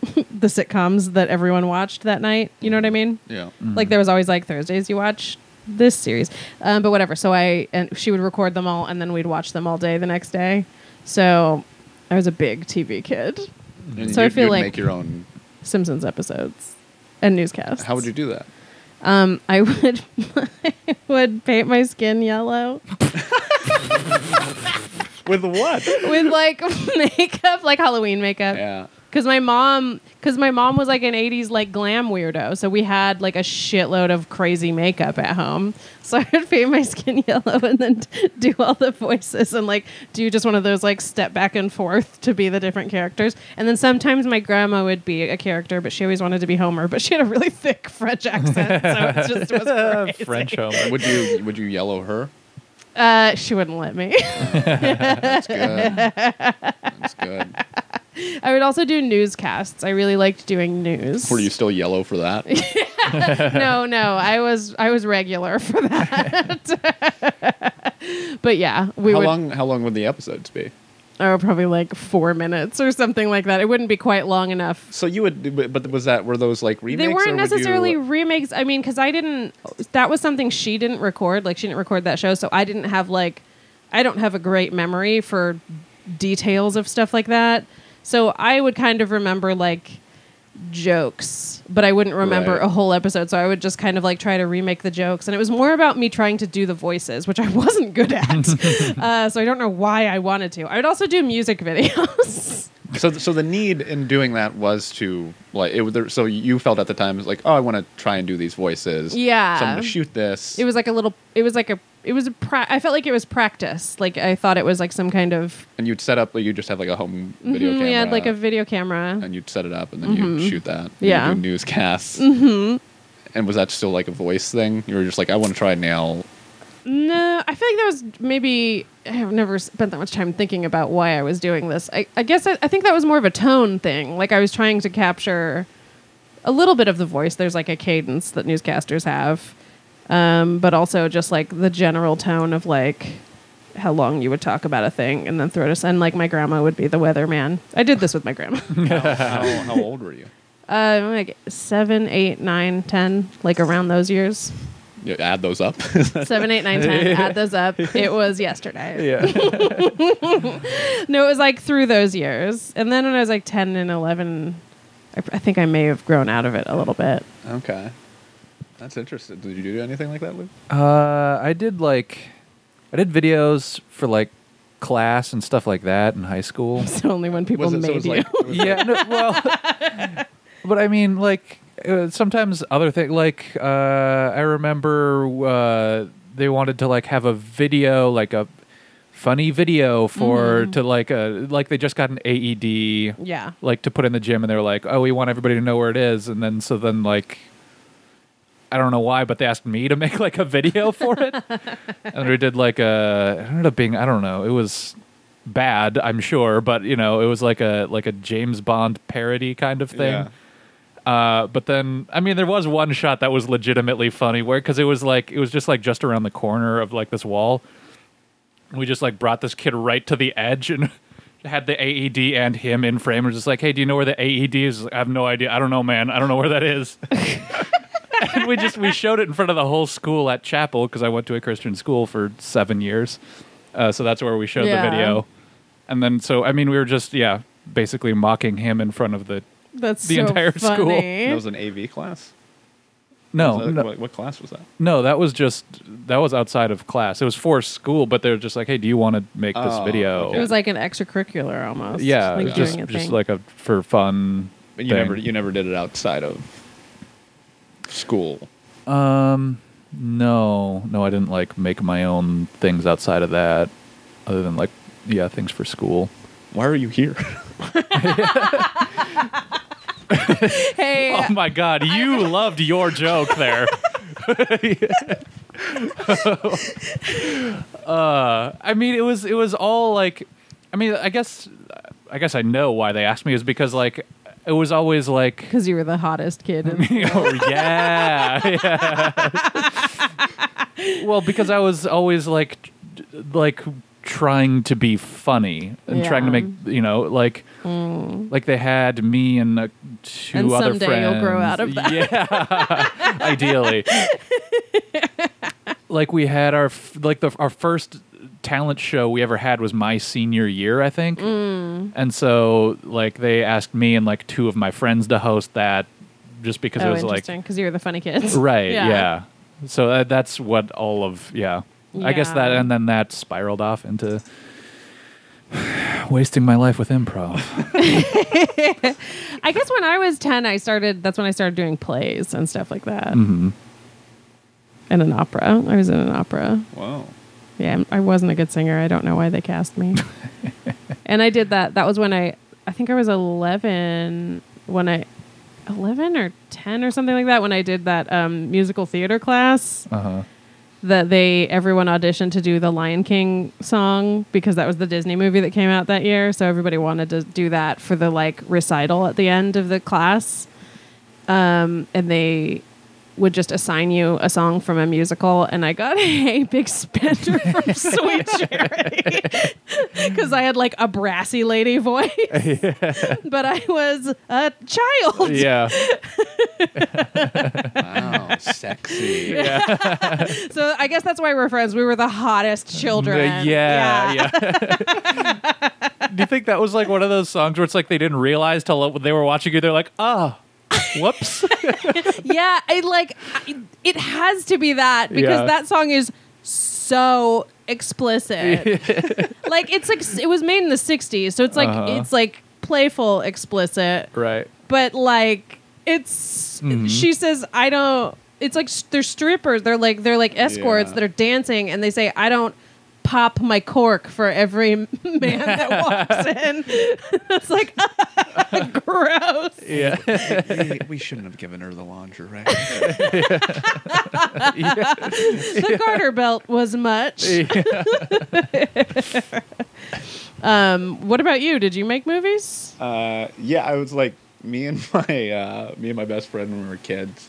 S4: the sitcoms that everyone watched that night. You know what I mean?
S5: Yeah.
S4: Like there was always like Thursdays you watch this series, um, but whatever. So I and she would record them all, and then we'd watch them all day the next day. So I was a big TV kid.
S3: mm-hmm.
S5: And
S4: So I
S5: you'd-
S4: feel
S5: you'd
S4: like-
S5: make your own.
S4: Simpsons episodes and newscasts.
S5: How would you do that?
S4: Um, I would I would paint my skin yellow
S5: With what?
S4: with like makeup, like Halloween makeup.
S5: yeah.
S4: Cause my mom, cause my mom was like an '80s like glam weirdo, so we had like a shitload of crazy makeup at home. So I would paint my skin yellow and then t- do all the voices and like do just one of those like step back and forth to be the different characters. And then sometimes my grandma would be a character, but she always wanted to be Homer, but she had a really thick French accent, so it just was crazy.
S2: French Homer.
S5: Would you would you yellow her?
S4: Uh, she wouldn't let me.
S5: That's good. That's good.
S4: I would also do newscasts. I really liked doing news.
S5: Were you still yellow for that?
S4: no, no. I was I was regular for that. but yeah, we
S5: how
S4: would
S5: long how long would the episodes be?
S4: oh probably like four minutes or something like that. It wouldn't be quite long enough.
S5: So you would, but- but was that were those like remakes?
S4: they weren't
S5: or would
S4: necessarily
S5: You,
S4: remakes. I mean, because I didn't. That was something she didn't record. Like she didn't record that show, so I didn't have like, I don't have a great memory for details of stuff like that. So I would kind of remember like jokes, but I wouldn't remember
S5: Right.
S4: a whole episode. So I would just kind of like try to remake the jokes, and it was more about me trying to do the voices, which I wasn't good at. uh, so I don't know why I wanted to. I would also do music videos.
S5: so so the need in doing that was to like it. was there- So you felt at the time it was like, oh, I want to try and do these voices.
S4: Yeah.
S5: So I'm gonna shoot this.
S4: It was like a little. It was like a. It was a. Pra- I felt like it was practice. Like I thought it was like some kind of.
S5: and you'd set up. You just have like a home video
S4: Mm,
S5: camera.
S4: we had like a video camera.
S5: and you'd set it up, and then you'd shoot that. and you'd
S4: Yeah.
S5: do newscasts. Mm-hmm. And was that still like a voice thing? You were just like, I want to try nail.
S4: No, I feel like that was maybe. I've never spent that much time thinking about why I was doing this. I, I guess I, I think that was more of a tone thing. Like I was trying to capture a little bit of the voice. There's like a cadence that newscasters have, um, but also just like the general tone of like how long you would talk about a thing and then throw it. And like my grandma would be the weatherman. I did this with my grandma.
S5: How, how old were you?
S4: Uh, like seven, eight, nine, ten, like around those years.
S5: You add those up.
S4: Seven, eight, nine, ten. Add those up. It was yesterday.
S2: Yeah.
S4: No, it was like through those years. And then when I was like ten and eleven, I, I think I may have grown out of it a little bit.
S5: okay. That's interesting. Did you do anything like that, Luke?
S2: Uh, I did like, I did videos for like class and stuff like that in high school.
S4: So only when people
S5: Was it- so it
S4: made
S5: was
S4: you.
S5: like- was it
S2: yeah. No, well, but I mean, like uh, sometimes other thing. Like uh, I remember uh, they wanted to like have a video, like a funny video for to like a E like they just got an AED
S4: yeah.
S2: like to put in the gym and they were like oh we want everybody to know where it is and then so then like i don't know why but they asked me to make like a video for it and we did like a it ended up being i don't know it was bad i'm sure but you know it was like a like a james bond parody kind of thing uh, but then i mean there was one shot that was legitimately funny where because it was like it was just like just around the corner of like this wall we just like brought this kid right to the edge and had the AED and him in frame. And was just like, hey, do you know where the AED is? He's like, I have no idea. I don't know, man. I don't know where that is. and we just we showed it in front of the whole school at chapel because I went to a Christian school for seven years, uh, so that's where we showed
S4: Yeah.
S2: the video. And then so I mean we were just yeah basically mocking him in front of the
S4: That's
S2: The
S4: so
S2: entire school.
S4: funny.
S5: That was an AV class.
S2: no
S5: Was that-
S2: no,
S5: What, what class was that?
S2: no that was just that was outside of class. It was for school, but they were just like, hey, do you want to make this
S5: Oh,
S2: video?
S5: okay.
S4: It was like an extracurricular almost.
S2: yeah,
S4: Like
S2: just
S4: doing a
S2: just
S4: thing.
S2: like a for fun.
S5: But you
S2: thing.
S5: never you never did it outside of school.
S2: e- No, no, I didn't like make my own things outside of that, other than like yeah, things for school.
S5: Why are you here?
S4: hey,
S2: Oh my god, you loved your joke there. uh, I mean, it was it was all like, I mean, I guess, I guess I know why they asked me is because like it was always like
S4: because you were the hottest kid. in-
S2: oh yeah, yeah. well, because I was always like, t- like trying to be funny and trying to
S4: Yeah. Mm.
S2: make you know like, like they had me and a two
S4: And
S2: other
S4: someday
S2: friends.
S4: you'll grow out of that.
S2: Yeah, ideally. like we had our f- like the our first talent show we ever had was my senior year, I think.
S4: Mm.
S2: And so like they asked me and like two of my friends to host that, just because it
S4: oh,
S2: was like
S4: interesting. Because you were the funny kids.
S2: right, yeah. So uh, that's what all of yeah. I guess
S4: Yeah.
S2: that and then that spiraled off into wasting my life with improv.
S4: I guess when I was 10, I started, that's when I started doing plays and stuff like that. And an opera. I was in an opera.
S3: Wow.
S4: Yeah, I'm- I wasn't a good singer. I don't know why they cast me. and I did that. That was when I, I think I was 11 when I, 11 or 10 or something like that when I did that um, musical theater class
S2: Uh-huh.
S4: that they, everyone auditioned to do the Lion King song because that was the Disney movie that came out that year. So everybody wanted to do that for the like recital at the end of the class. Um, and they, would just assign you a song from a musical, and I got a big spender from Sweet Charity because I had like a brassy lady voice, but I was a child.
S2: Yeah.
S3: Wow. Sexy.
S4: So I guess that's why we're friends. We were the hottest children.
S2: The- yeah, yeah. Do you think that was like one of those songs where it's like they didn't realize till they were watching you? They're like, oh, whoops.
S4: yeah. I like I- it has to be that because
S2: Yeah.
S4: that song is so explicit. like it's like it was made in the '60s, so it's like
S2: Uh-huh.
S4: it's like playful, explicit,
S2: right.
S4: but like it's
S3: Mm-hmm.
S4: she says I don't. It's like s- they're strippers. They're like they're like escorts
S3: Yeah.
S4: that are dancing, and they say I don't pop my cork for every man that walks in. it's like gross.
S2: Yeah.
S3: we, we shouldn't have given her the lingerie.
S4: the garter belt was much. um, what about you? Did you make movies?
S3: uh, yeah, I was like me and my uh, me and my best friend when we were kids.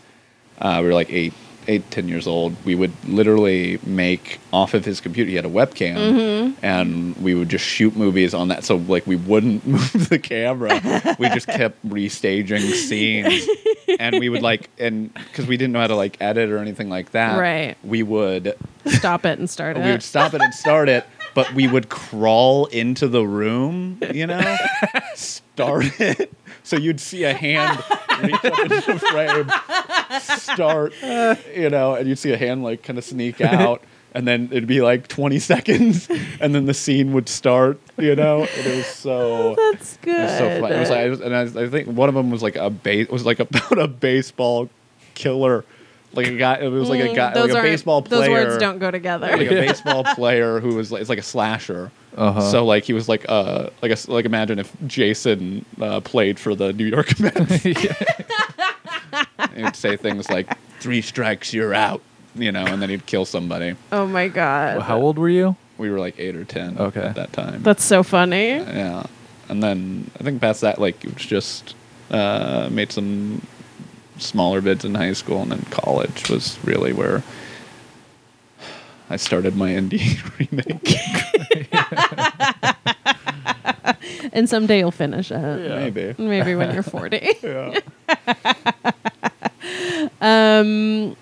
S3: Uh, we were like eight, eight, ten years old. We would literally make off of his computer. He had a webcam, and we would just shoot movies on that. So like we wouldn't move the camera. we just kept restaging scenes, and we would like and because we didn't know how to like edit or anything like that.
S4: Right.
S3: We would
S4: Stop it and start
S3: we would
S4: it.
S3: stop it and start it, but we would crawl into the room, you know, start it. So you'd see a hand reach up into the frame, start, you know, and you'd see a hand like kind of sneak out. And then it'd be like 20 seconds, and then the scene would start, you know? And it was so.
S4: That's good.
S3: It was so fun. It was like, it was- and I, was- I think one of them was like a base was like about a baseball killer, like a guy. It was like a guy, like a
S4: aren't-
S3: baseball player.
S4: Hmm. Mm, Those words don't go together.
S3: like a baseball player who was like, it's like a slasher.
S2: Uh-huh.
S3: So like he was like uh like a, like imagine if Jason uh, played for the New York Mets. he'd say things like three strikes you're out, you know, and then he'd kill somebody.
S4: oh my god,
S2: How old were you?
S3: We were like eight or ten
S2: Okay.
S3: at that time.
S4: that's so funny.
S3: Yeah, and then I think past that, like it was just uh, made some smaller bids in high school, and then college was really where I started my indie remake.
S4: And someday you'll finish it.
S3: Maybe.
S4: Maybe when you're 40.
S3: Yeah.
S4: um,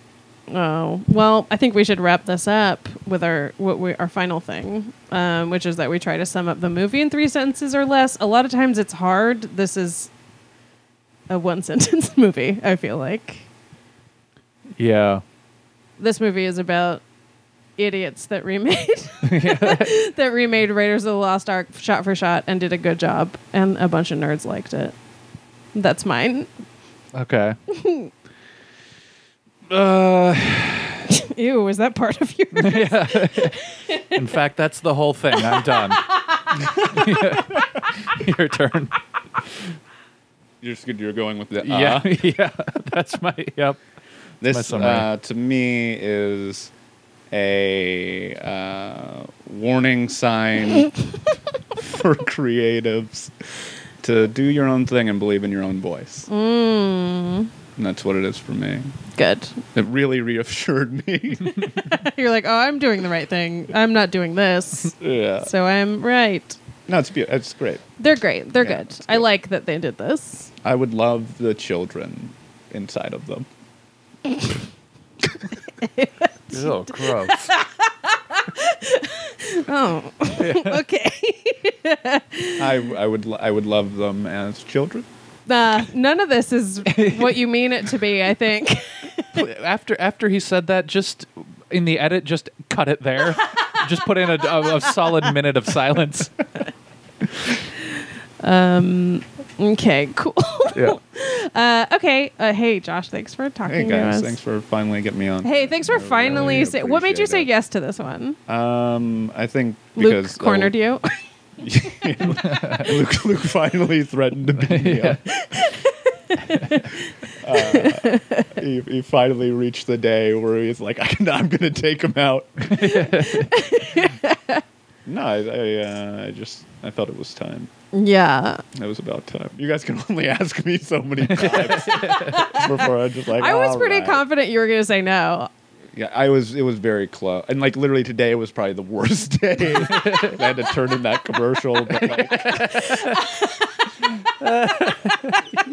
S4: oh well, I think we should wrap this up with our what we, our final thing, um, which is that we try to sum up the movie in three sentences or less. A lot of times it's hard. This is a one sentence movie. I feel like
S2: Yeah.
S4: this movie is about idiots that remade that remade Raiders of the Lost Ark shot for shot and did a good job, and a bunch of nerds liked it. That's mine.
S2: Okay. Uh,
S4: Ew, was that part of your?
S2: in fact, that's the whole thing. I'm done. Your turn.
S3: You're just you're going with the uh.
S2: Yeah, yeah. That's my yep. my
S3: This
S2: summary.
S3: uh, to me is a uh, warning sign for creatives to do your own thing and believe in your own voice.
S4: Mm,
S3: And that's what it is for me.
S4: good.
S3: It really reassured me.
S4: You're like, oh, I'm doing the right thing. I'm not doing this,
S3: yeah.
S4: so I'm right.
S3: No, it's beautiful. It's great.
S4: They're great. They're
S3: Yeah,
S4: good.
S3: it's
S4: I
S3: good.
S4: like that they did this.
S3: I would love the children inside of them.
S2: Oh, gross.
S4: Oh, okay.
S3: I, I would lo- I would love them as children.
S4: Uh, none of this is what you mean it to be. I think.
S2: after after he said that, just in the edit, just cut it there. just put in a, a, a solid minute of silence.
S4: Okay. Cool.
S3: Yeah.
S4: Uh, okay. Uh, hey, Josh. Thanks for talking
S3: Hey
S4: to
S3: guys,
S4: us.
S3: thanks for finally getting me on.
S4: Hey, thanks for
S3: really
S4: finally. say- what made you
S3: appreciate
S4: say
S3: it.
S4: yes to this one?
S3: Um, I think because uh, oh.
S4: Luke cornered you.
S3: Luke, Luke finally threatened to beat me up. Uh, he, he finally reached the day where he's like, I can, I'm going to take him out. no, I, I, uh, I just I felt it was time.
S4: yeah.
S3: It was about time. You guys can only ask me so many times before I just like.
S4: I was
S3: "All
S4: pretty
S3: right."
S4: confident you were going to say no.
S3: Yeah, I was. It was very close, and like literally today was probably the worst day. I had to turn in that commercial. But,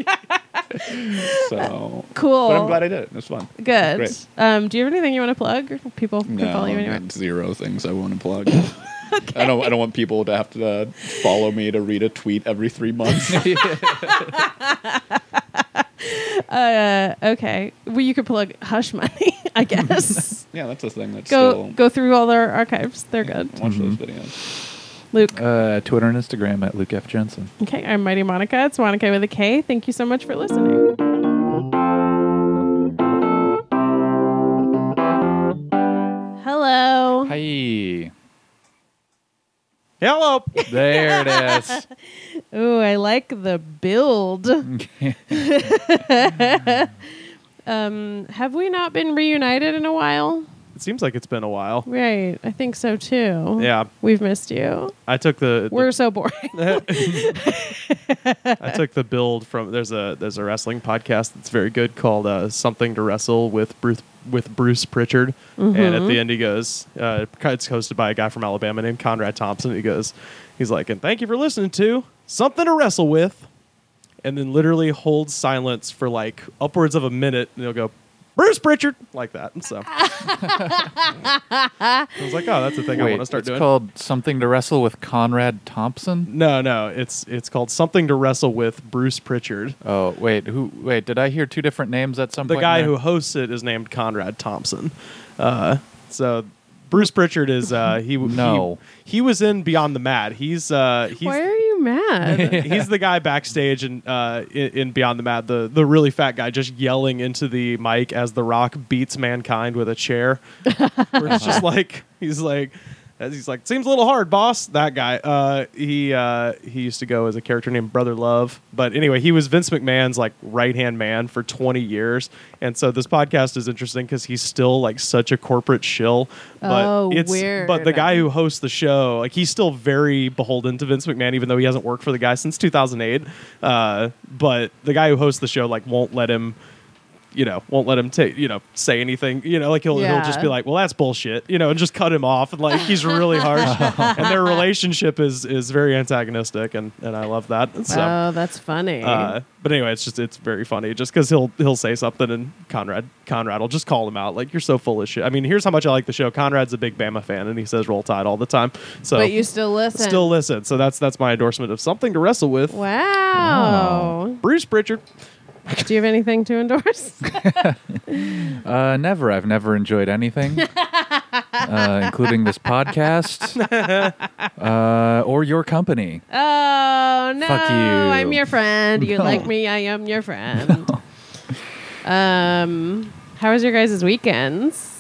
S3: like, so,
S4: Cool.
S3: but I'm glad I did it. It was fun.
S4: Good.
S3: Great.
S4: Um, do you have anything you want to plug? Or People can follow you
S3: I
S4: anywhere.
S3: got zero things I want to plug. I don't. I don't want people to have to uh, follow me to read a tweet every three months.
S4: Uh, okay. Well, you could plug Hush Money, I guess.
S3: yeah, that's a thing. That's
S4: go
S3: still,
S4: go Mm-hmm. through all their archives. They're good.
S3: Watch those videos.
S4: Luke.
S2: Uh, Twitter and Instagram at Luke F Jensen.
S4: Okay. I'm Mighty Monica. It's Monica with a K. Thank you so much for listening. Hello.
S2: Hi.
S6: Hello.
S2: There it is.
S4: Ooh, I like the build. um, have we not been reunited in a while?
S6: It seems like it's been a while.
S4: Right, I think so too.
S6: Yeah,
S4: We've missed you.
S6: I took the,
S4: We're so boring.
S6: I took the build from there's a there's a wrestling podcast that's very good called uh, Something to Wrestle with Bruce with Bruce Pritchard, and at the end he goes, uh, it's hosted by a guy from Alabama named Conrad Thompson. He goes, he's like, and thank you for listening to Something to Wrestle with, and then literally holds silence for like upwards of a minute, and he'll go. Bruce Pritchard, like that, and so I was like, "Oh, that's a thing I want to start
S2: it's
S6: doing."
S2: called Something to Wrestle with Conrad Thompson.
S6: No, no, it's it's called something to wrestle with. Bruce Pritchard,
S2: Oh wait, who? Wait, did I hear two different names at some
S6: the
S2: point?
S6: guy
S2: in
S6: who
S2: there?
S6: hosts it is named Conrad Thompson. Uh, so Bruce Pritchard is uh, he w-
S2: No.
S6: he, he was in Beyond the Mat. He's uh, he's
S4: Why are you mad?
S6: he's the guy backstage and uh, in, in Beyond the Mat, the the really fat guy just yelling into the mic as The Rock beats mankind with a chair. Where it's just like he's like. As he's like, seems a little hard, boss. That guy, uh, he uh, he used to go as a character named Brother Love, but anyway, he was Vince McMahon's like right hand man for twenty years, and so this podcast is interesting because he's still like such a corporate shill. But
S4: Oh,
S6: it's but the
S4: weird.
S6: guy who hosts the show, like he's still very beholden to Vince McMahon, even though he hasn't worked for the guy since 2008. Uh, but the guy who hosts the show, like, won't let him, you know, won't let him take, you know, say anything. You know, like he'll he'll just
S4: Yeah.
S6: be like, "Well, that's bullshit," you know, and just cut him off. And like he's really harsh, and their relationship is is very antagonistic, and and I love that. And So.
S4: oh, that's funny.
S6: Uh, but anyway, it's just it's very funny just because he'll he'll say something and Conrad Conrad will just call him out like you're so full of shit. I mean, here's how much I like the show. Conrad's a big Bama fan and he says roll tide all the time. So
S4: but you still listen.
S6: still listen. So that's that's my endorsement of something to wrestle with.
S4: Wow.
S6: Bruce Pritchard.
S4: Do you have anything to endorse?
S2: Uh, never. I've never enjoyed anything, uh, including this podcast uh, or your company.
S4: Oh no!
S2: Fuck you.
S4: I'm your friend. You like me? I am your friend. Um, how was your guys' weekends?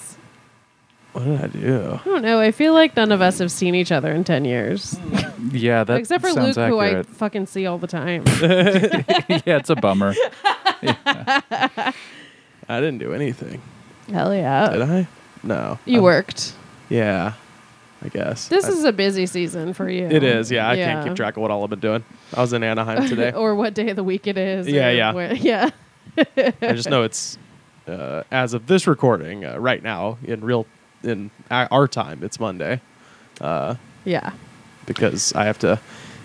S6: What did I do?
S4: I don't know. I feel like none of us have seen each other in ten years,
S6: Hmm.
S2: Yeah, that
S4: except for Luke,
S2: sounds
S4: who I
S2: accurate.
S4: fucking see all the time.
S2: yeah, it's a bummer.
S6: I didn't do anything.
S4: Hell
S6: Did
S4: yeah!
S6: I? No.
S4: You
S6: I-
S4: worked.
S6: Yeah. I guess.
S4: This
S6: I-
S4: is a busy season for you.
S6: it is, yeah. I
S4: Yeah.
S6: can't keep track of what all I've been doing. I was in Anaheim today.
S4: or what day of the week it is.
S6: Yeah,
S4: or
S6: yeah.
S4: where- yeah.
S6: I just know it's uh, as of this recording uh, right now in real in our our time. It's Monday
S4: Yeah.
S6: because I have to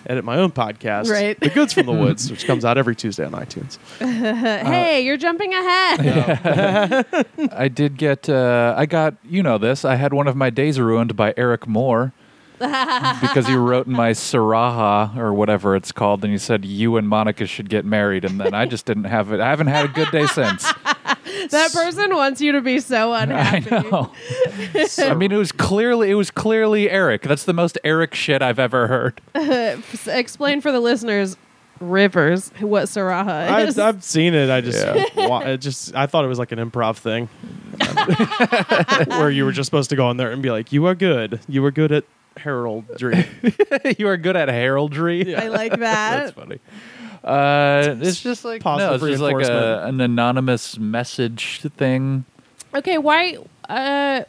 S6: edit my own podcast,
S4: Right.
S6: The Goods from the Woods, which comes out every Tuesday on iTunes. Uh,
S4: hey, you're jumping ahead.
S2: I did get. Uh, I got. You know this. I had one of my days ruined by Eric Moore because he wrote in my Saraha or whatever it's called, and he said you and Monica should get married, and then I just didn't have it. I haven't had a good day since.
S4: That person wants you to be so
S2: I
S4: unhappy.
S2: know. I mean, it was clearly it was clearly Eric. That's the most Eric shit I've ever heard.
S4: S- Explain for the listeners, Rivers, what Saraha
S6: I,
S4: is.
S6: I've seen it. I just, wa- I just, I thought it was like an improv thing, where you were just supposed to go in there and be like, "You are good. You were good at heraldry."
S2: you are good at heraldry.
S4: I like
S2: That's
S4: that.
S2: funny. Uh, it's just like no, it's
S6: Positive
S2: just like a,
S6: reinforcement.
S2: an anonymous message thing.
S4: okay, why? Uh,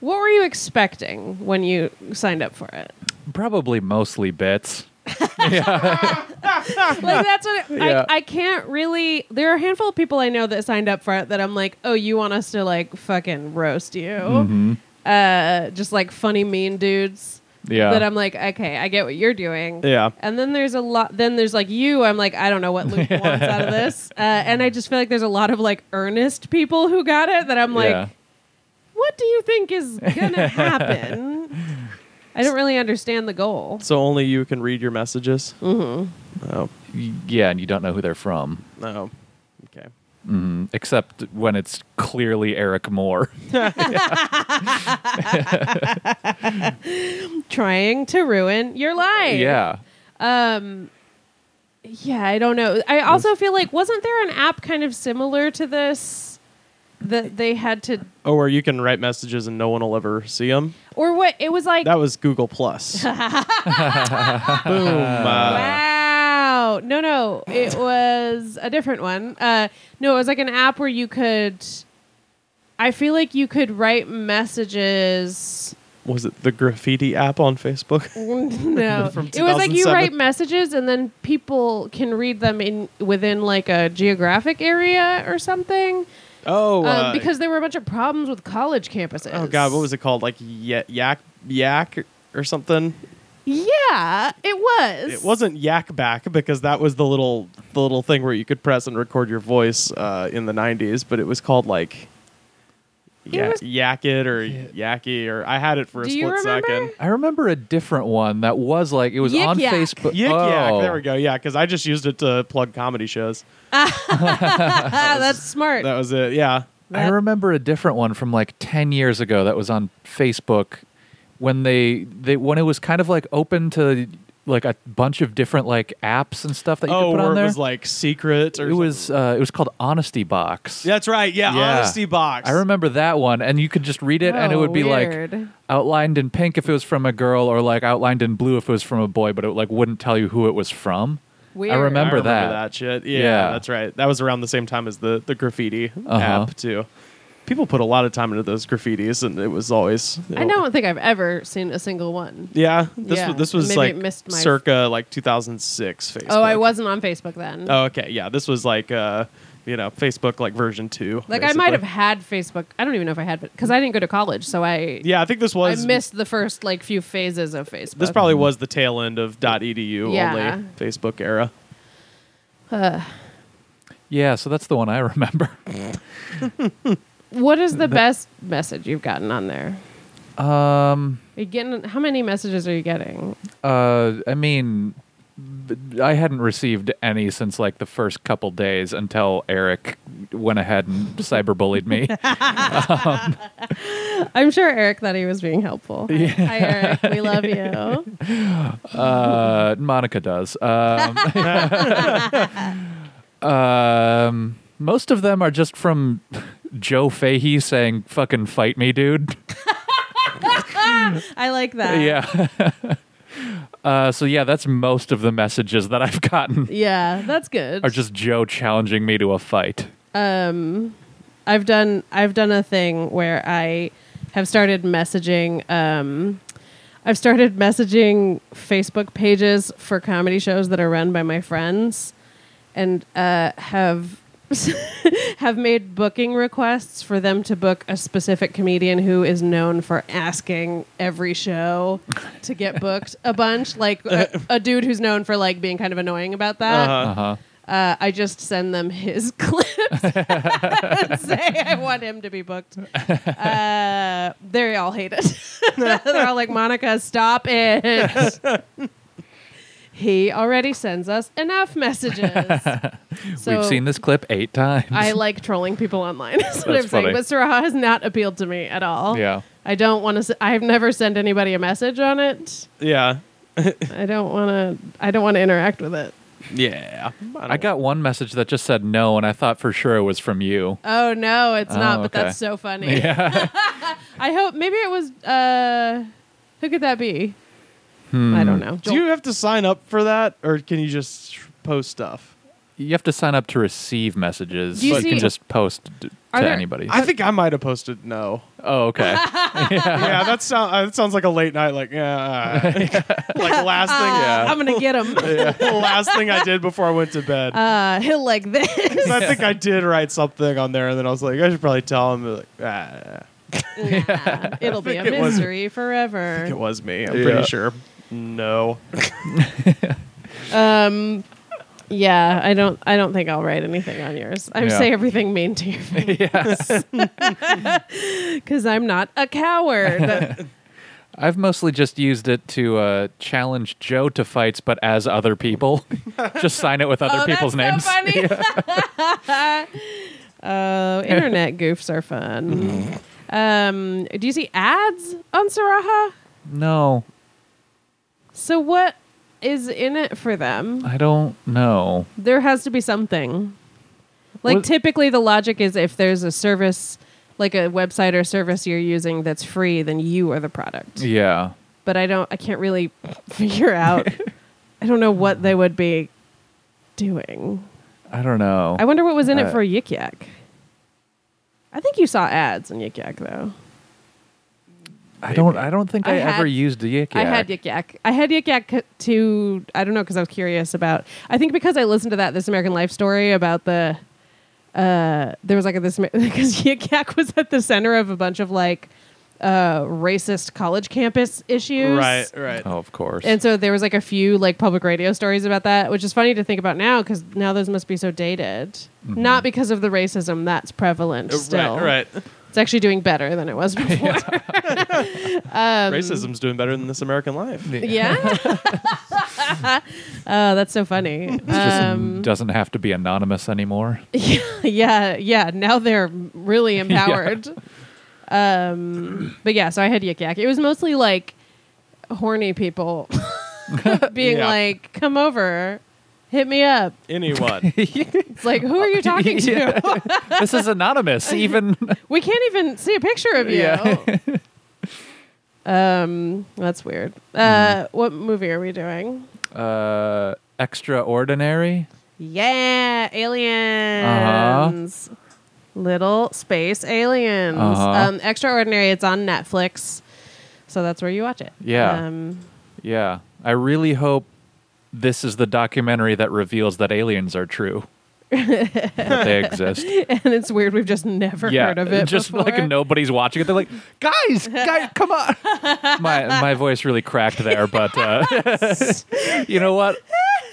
S4: what were you expecting when you signed up for it?
S2: Probably mostly bits.
S4: Like that's what
S2: Yeah.
S4: I, I can't really. There are a handful of people I know that signed up for it that I'm like, oh, you want us to like fucking roast you?
S2: Mm-hmm.
S4: Uh, just like funny mean dudes.
S2: Yeah.
S4: That I'm like, okay, I get what you're doing.
S6: yeah,
S4: And then there's a lot. Then there's like you. I'm like, I don't know what Luke wants out of this. Uh, and I just feel like there's a lot of like earnest people who got it that I'm like,
S2: Yeah.
S4: what do you think is gonna happen? I don't really understand the goal.
S6: so only you can read your messages. Mm-hmm. Oh,
S2: Yeah, and you don't know who they're from,
S6: no, Oh, okay.
S2: except when it's clearly Eric Moore.
S4: Trying to ruin your life.
S2: yeah.
S4: Yeah, I don't know. I also feel like wasn't there an app kind of similar to this that they had to
S6: Oh, where you can write messages and no one will ever see them.
S4: or what it was like
S6: That was Google Plus. Boom. Uh,
S4: Wow. No, no. It was a different one. Uh, no, it was like an app where you could. I feel like you could write messages.
S6: was it the graffiti app on Facebook?
S4: No,
S6: From
S4: it was like you
S6: 2007.
S4: write messages and then people can read them in within like a geographic area or something.
S6: Oh,
S4: Um, because there were a bunch of problems with college campuses.
S6: oh god, what was it called? Like y- yak yak or something?
S4: Yeah, it was.
S6: It wasn't yak back because that was the little the little thing where you could press and record your voice uh, in the '90s, but it was called like. Yeah,
S4: was-
S6: yak it or yacky or I had it for a
S4: Do
S6: split
S4: you remember?
S6: second.
S2: I remember a different one that was like it was
S4: Yik
S2: on
S4: Yak.
S2: Facebook.
S6: Yik
S2: Oh.
S6: yak, there we go. Yeah, because I just used it to plug comedy shows.
S4: ah, that's smart.
S6: That was it. Yeah,
S2: I remember a different one from like 10 years ago that was on Facebook when they they when it was kind of like open to like a bunch of different like apps and stuff that you
S6: oh,
S2: could put
S6: where
S2: on there.
S6: it was like secret or
S2: it was uh, it was called Honesty Box.
S6: That's right. Yeah,
S2: Yeah.
S6: honesty box.
S2: I remember that one, and you could just read it, and it
S4: Oh,
S2: would be like
S4: weird.
S2: outlined in pink if it was from a girl, or like outlined in blue if it was from a boy, but it like wouldn't tell you who it was from.
S4: Weird.
S2: I
S6: I
S2: remember,
S6: remember that.
S2: that.
S6: shit. Yeah,
S2: Yeah.
S6: that's right. That was around the same time as the the graffiti
S2: Uh-huh.
S6: app too. People put a lot of time into those graffitis, and it was always.
S4: I don't think I've ever seen a single one.
S6: Yeah, this
S4: Yeah.
S6: was this was
S4: Maybe
S6: like
S4: it missed my-
S6: circa like 2006 Facebook.
S4: Oh, I wasn't on Facebook then.
S6: Oh, okay. Yeah, this was like uh, you know, Facebook like version two.
S4: like I might have
S6: basically.
S4: had Facebook. I don't even know if I had, but because I didn't go to college, so I
S6: Yeah, I think this
S4: I
S6: was
S4: missed the first like few phases of Facebook.
S6: This probably was the tail end of .edu
S4: Yeah.
S6: only Facebook era.
S2: Yeah, so that's the one I remember.
S4: What is the best message you've gotten on there?
S2: Um,
S4: Are you getting how many messages are you getting?
S2: uh, I mean, b- I hadn't received any since like the first couple days until Eric went ahead and cyberbullied me.
S4: I'm sure Eric thought he was being helpful. Hi, Eric. We love you.
S2: Uh, Monica does. Um, um, most of them are just from Joe Fahey saying, fucking fight me, dude.
S4: I like that.
S2: yeah. uh, so, yeah, that's most of the messages that I've gotten
S4: Yeah, that's good.
S2: are just Joe challenging me to a fight.
S4: um I've done I've done a thing where I have started messaging um I've started messaging Facebook pages for comedy shows that are run by my friends and uh have have made booking requests for them to book a specific comedian who is known for asking every show to get booked a bunch. Like a, a dude who's known for like being kind of annoying about that.
S6: Uh-huh.
S2: Uh huh.
S4: Uh, I just send them his clips and say I want him to be booked. Uh, they all hate it. They're all like, Monica, stop it. he already sends us enough messages. So
S2: We've seen this clip eight times.
S4: I like trolling people online. That's what
S2: That's
S4: I'm saying.
S2: funny.
S4: But Sarah has not appealed to me at all.
S2: yeah.
S4: I don't want to. I've never sent anybody a message on it.
S6: Yeah.
S4: I don't want to. I don't want to interact with it.
S6: Yeah.
S2: I got one message that just said no, and I thought for sure it was from you.
S4: Oh no, it's
S2: Oh,
S4: not. But
S2: okay.
S4: that's so funny.
S2: Yeah.
S4: I hope maybe it was uh who could that be? I don't know.
S6: Hmm. Do you have to sign up for that, or can you just post stuff?
S2: you have to sign up to receive messages.
S4: Do you
S2: but you can
S4: see-
S2: just post d-
S4: Are
S2: to
S4: there-
S2: anybody.
S6: I think I might have posted no.
S2: oh, okay.
S6: yeah, that sound uh, that sounds like a late night. Like yeah, all right. like last
S4: I'm
S6: thing.
S4: gonna get him.
S6: Yeah. the last thing I did before I went to bed.
S4: Uh, he'll like this.
S6: 'Cause I think I did write something on there, and then I was like, I should probably tell him. Like, ah,
S4: Nah, it'll be a
S6: think it was-
S4: misery forever.
S6: it was me. I'm
S5: Yeah.
S6: pretty sure. No.
S4: Um, yeah, I don't. I don't think I'll write anything on yours. I
S2: Yeah.
S4: say everything mean to your face
S2: yes.
S4: because I'm not a coward.
S2: I've mostly just used it to uh, challenge Joe to fights, but as other people. just sign it with other
S4: oh,
S2: people's
S4: that's
S2: names.
S4: so funny. Oh, internet goofs are fun. um, do you see ads on Saraha?
S2: No,
S4: So what is in it for them?
S2: I don't know.
S4: There has to be something. Like
S2: What-
S4: typically the logic is if there's a service like a website or service you're using that's free, then you are the product.
S2: Yeah.
S4: But I don't I can't really figure out I don't know what they would be doing.
S2: I don't know.
S4: I wonder what was in it
S2: Uh,
S4: for Yik Yak. I think you saw ads on Yik Yak though.
S2: I don't. I don't think
S4: I
S2: I, ever
S4: had-
S2: used Yik Yak.
S4: I had Yik Yak. I had Yik Yak c- to I don't know because I was curious about. I think because I listened to that This American Life story about the. Uh, there was like a this because Yik Yak was at the center of a bunch of like uh, racist college campus issues,
S6: Right. Right.
S2: Oh, of course.
S4: And so there was like a few like public radio stories about that, which is funny to think about now because now those must be so dated. Not because of the racism that's prevalent still.
S6: Uh, Right. Right.
S4: It's actually doing better than it was before. Um,
S6: Racism's doing better than this American life.
S4: Yeah. oh, that's so funny.
S2: It just
S4: Um,
S2: doesn't have to be anonymous anymore.
S4: yeah, yeah. Now they're really empowered. Um, but yeah, so I had Yik Yak. It was mostly like horny people being
S6: Yeah.
S4: like, "Come over, hit me up."
S6: Anyone.
S4: It's like, who are you talking to?
S2: this is anonymous. Even
S4: We can't even see a picture of you. um, that's weird. Uh, What movie are we doing?
S2: uh, extraordinary.
S4: Yeah,
S2: Uh-huh.
S4: aliens. Little space aliens.
S2: Uh-huh.
S4: Um, Extraordinary. It's on Netflix, so that's where you watch it.
S2: Yeah.
S4: Um,
S2: Yeah. I really hope this is the documentary that reveals that aliens are true. that they exist.
S4: and it's weird. We've just never
S2: yeah.
S4: heard of it.
S2: just
S4: before.
S2: like nobody's watching it. They're like, guys, guys, come on. My my voice really cracked there, but uh, you know what?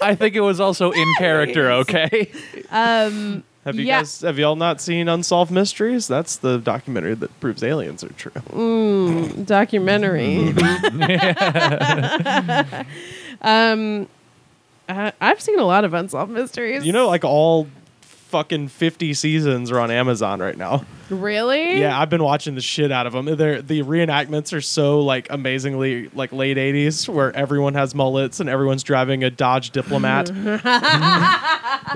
S2: I think it was also in character. Okay.
S4: Um,
S6: Have you
S4: Yeah.
S6: guys? Have y'all not seen Unsolved Mysteries? That's the documentary that proves aliens are true.
S4: documentary.
S2: Mm-hmm.
S4: um, I, I've seen a lot of unsolved mysteries.
S6: You know, like all fucking 50 seasons are on Amazon right now.
S4: really?
S6: Yeah, I've been watching the shit out of them. They're, the reenactments are so like amazingly like late 80s where everyone has mullets and everyone's driving a Dodge Diplomat.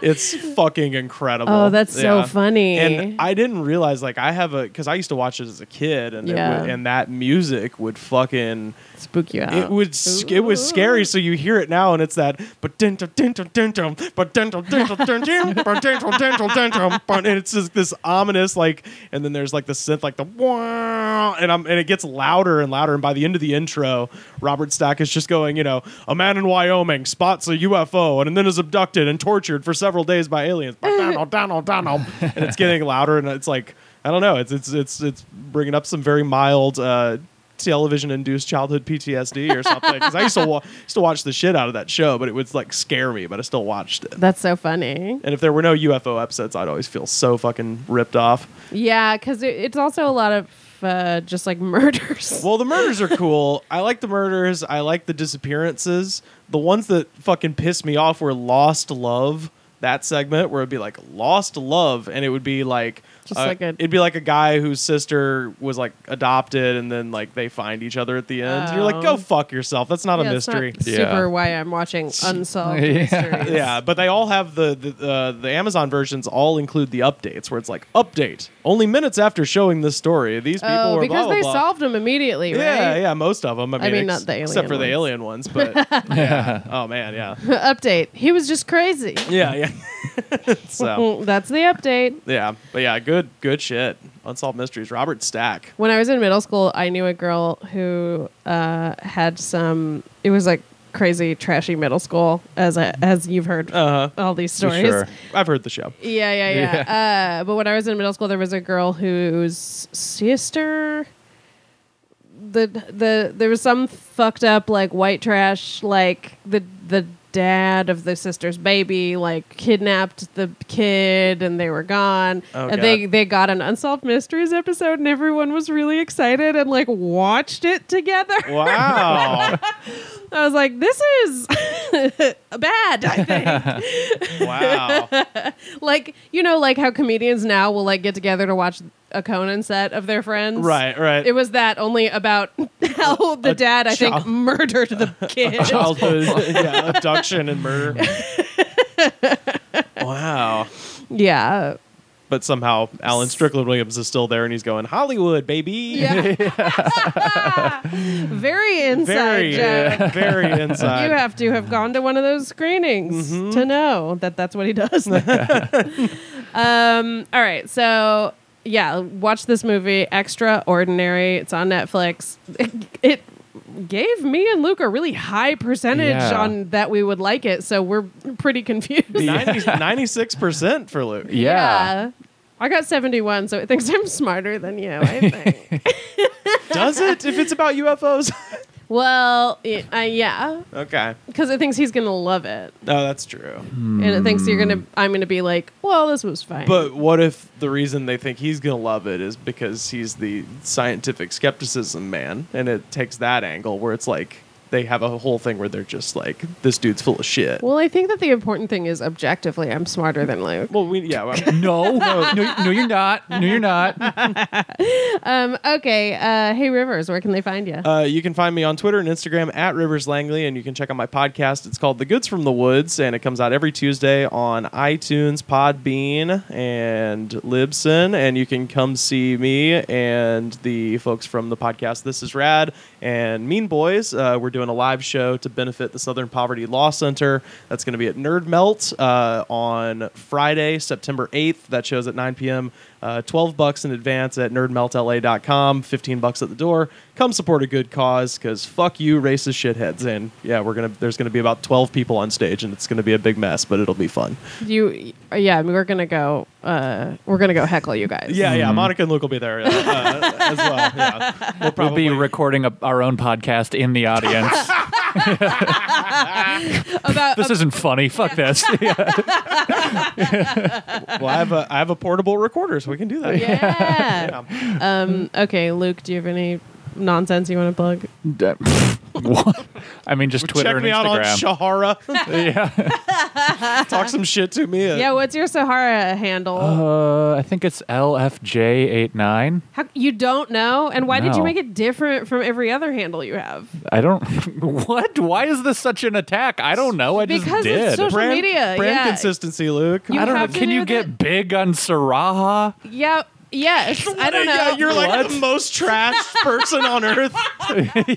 S6: it's fucking incredible.
S4: Oh, that's so
S6: Yeah.
S4: funny.
S6: And I didn't realize like I have a cuz I used to watch it as a kid and it
S4: Yeah.
S6: would- and that music would fucking
S4: spook you out.
S6: it would s- it was scary. So you hear it now, and it's that but dental dental dental but dental dental dental but dental dental dental, but and it's just this ominous like and then there's like the synth, like the wah, and I'm and it gets louder and louder. And by the end of the intro, Robert Stack is just going, you know, a man in Wyoming spots a UFO and then is abducted and tortured for several days by aliens. Donald, Donald, Donald. and it's getting louder, and it's like I don't know, it's it's it's it's bringing up some very mild. uh television induced childhood PTSD or something. Because I used to, wa- used to watch the shit out of that show, but it would like scare me, but I still watched it.
S4: That's so funny.
S6: And if there were no UFO episodes, I'd always feel so fucking ripped off.
S4: Yeah, because it, it's also a lot of uh, just like murders.
S6: Well, the murders are cool. I like the murders. I like the disappearances. The ones that fucking pissed me off were Lost Love. That segment where it'd be like Lost Love, and it would be like
S4: Just
S6: uh,
S4: like a-
S6: it'd be like a guy whose sister was like adopted, and then like they find each other at the end. And you're like, go
S4: Oh.
S6: fuck yourself. That's not
S4: Yeah,
S6: a
S4: it's not
S6: mystery.
S4: super why I'm watching unsolved
S2: Yeah.
S4: mysteries.
S6: yeah, but they all have the the, uh, the Amazon versions all include the updates where it's like update only minutes after showing this story. These people
S4: Oh,
S6: were
S4: because
S6: blah, blah,
S4: they
S6: blah.
S4: solved them immediately,
S6: Yeah,
S4: right?
S6: yeah, most of them. I mean,
S4: mean, not the
S6: except
S4: alien
S6: for the
S4: ones.
S6: alien ones, but yeah. oh man, yeah,
S4: update. He was just crazy.
S6: yeah, yeah. so
S4: Mm, That's the update.
S6: yeah, but yeah, good, good shit. Unsolved mysteries. Robert Stack.
S4: When I was in middle school, I knew a girl who uh, had some. It was like crazy, trashy middle school, as I, as you've heard
S6: Uh,
S4: all these
S2: For
S4: stories.
S2: sure.
S6: I've heard the show.
S4: Yeah, yeah, yeah. Uh, but when I was in middle school, there was a girl whose sister. The the there was some fucked up like white trash like the the dad of the sister's baby like kidnapped the kid and they were gone
S6: Oh,
S4: and they
S6: God.
S4: they got an unsolved mysteries episode and everyone was really excited and like watched it together
S6: Wow,
S4: i was like this is bad i think
S6: wow.
S4: like you know like how comedians now will like get together to watch a conan set of their friends
S6: Right, right.
S4: it was that only about how the dad i think
S6: child-
S4: murdered the kid
S6: Childhood, yeah, abduction and murder. wow.
S4: yeah
S6: But somehow Alan Strickland Williams is still there, and he's going Hollywood, baby.
S4: yeah very inside
S6: Very,
S4: joke
S6: very inside.
S4: you have to have gone to one of those screenings
S2: Mm-hmm.
S4: to know that that's what he does. um, all right, so yeah, watch this movie, Extraordinary. It's on Netflix. It gave me and Luke a really high percentage
S2: Yeah.
S4: on that we would like it, so we're pretty confused.
S6: 96 percent for Luke.
S2: Yeah.
S4: I got 71, so it thinks I'm smarter than you, I think.
S6: Does it? If it's about UFOs?
S4: well, it, uh, yeah,
S6: okay.
S4: because it thinks he's going to love it.
S6: No, that's true.
S4: and it thinks you're
S2: Mm.
S4: gonna i'm gonna be like well this was fine
S6: But what if the reason they think he's going to love it is because he's the scientific skepticism man and it takes that angle where it's like they have a whole thing where they're just like this dude's full of shit.
S4: well i think that the important thing is objectively i'm smarter than luke
S6: Well, we yeah, well,
S2: No, no, no, you're not. No, you're not.
S4: um okay uh hey rivers where can they find you
S6: Uh, you can find me on Twitter and Instagram at Rivers Langley, and you can check out my podcast. It's called The Goods from the Woods, and it comes out every Tuesday on iTunes, Podbean, and Libsyn. And you can come see me and the folks from the podcast This Is Rad and Mean Boys. Uh, we're doing a live show to benefit the Southern Poverty Law Center. That's going to be at Nerd Melt uh, on Friday, September 8th. That shows at 9 p.m. Uh, 12 bucks in advance at nerdmeltla.com, 15 bucks at the door. Come support a good cause because fuck you, racist shitheads. And yeah, we're gonna there's gonna be about 12 people on stage and it's gonna be a big mess, but it'll be fun.
S4: you yeah I mean, we're gonna go uh we're gonna go heckle you guys
S6: Yeah, yeah. Monica and Luke will be there uh, uh, as well. Yeah. We'll
S2: We'll
S6: probably
S2: be recording a, our own podcast in the audience.
S4: about
S2: this isn't funny. Fuck this. Yeah.
S6: well, I have a I have a portable recorder, so we can do that.
S4: yeah um okay luke do you have any nonsense you want to plug
S2: Uh, What? I mean, just Twitter
S6: Check
S2: and
S6: me out on
S2: Instagram.
S6: Shahara.
S2: yeah.
S6: Talk some shit to me.
S4: yeah what's your sahara handle
S2: Uh, I think it's LFJ89.
S4: How, you don't know and why did you
S2: No.
S4: make it different from every other handle you have
S2: I don't. What? Why is this such an attack? I don't know. I just
S4: Because
S2: did.
S4: it's social
S6: Brand,
S4: media
S6: brand
S4: yeah
S6: consistency, Luke.
S4: You
S2: I don't know.
S4: have to
S2: Can
S4: do
S2: you
S4: that.
S2: get big on Saraha?
S4: Yeah. Yes. I don't know.
S6: Yeah, you're like the most trash person on earth.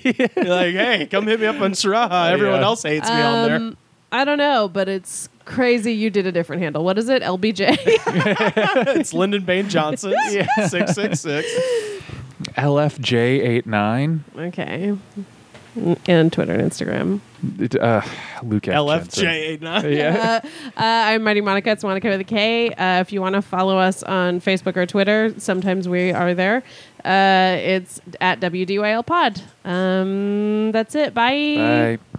S6: you're like, hey, come hit me up on Saraha. Everyone
S2: Yeah.
S4: Um,
S6: else hates me on there.
S4: I don't know, but it's Crazy, you did a different handle. What is it? LBJ.
S6: it's Lyndon Bain Johnson. Six six six.
S2: LFJ89.
S4: okay. And Twitter and Instagram.
S2: It, Uh, Luke F.
S6: LFJ
S2: Jensen.
S6: eight nine.
S2: Yeah.
S4: Uh, I'm Mighty Monica. It's Monica with a K. Uh, if you want to follow us on Facebook or Twitter, sometimes we are there. Uh, it's at WDYL Pod. Um, that's it. Bye.
S2: Bye.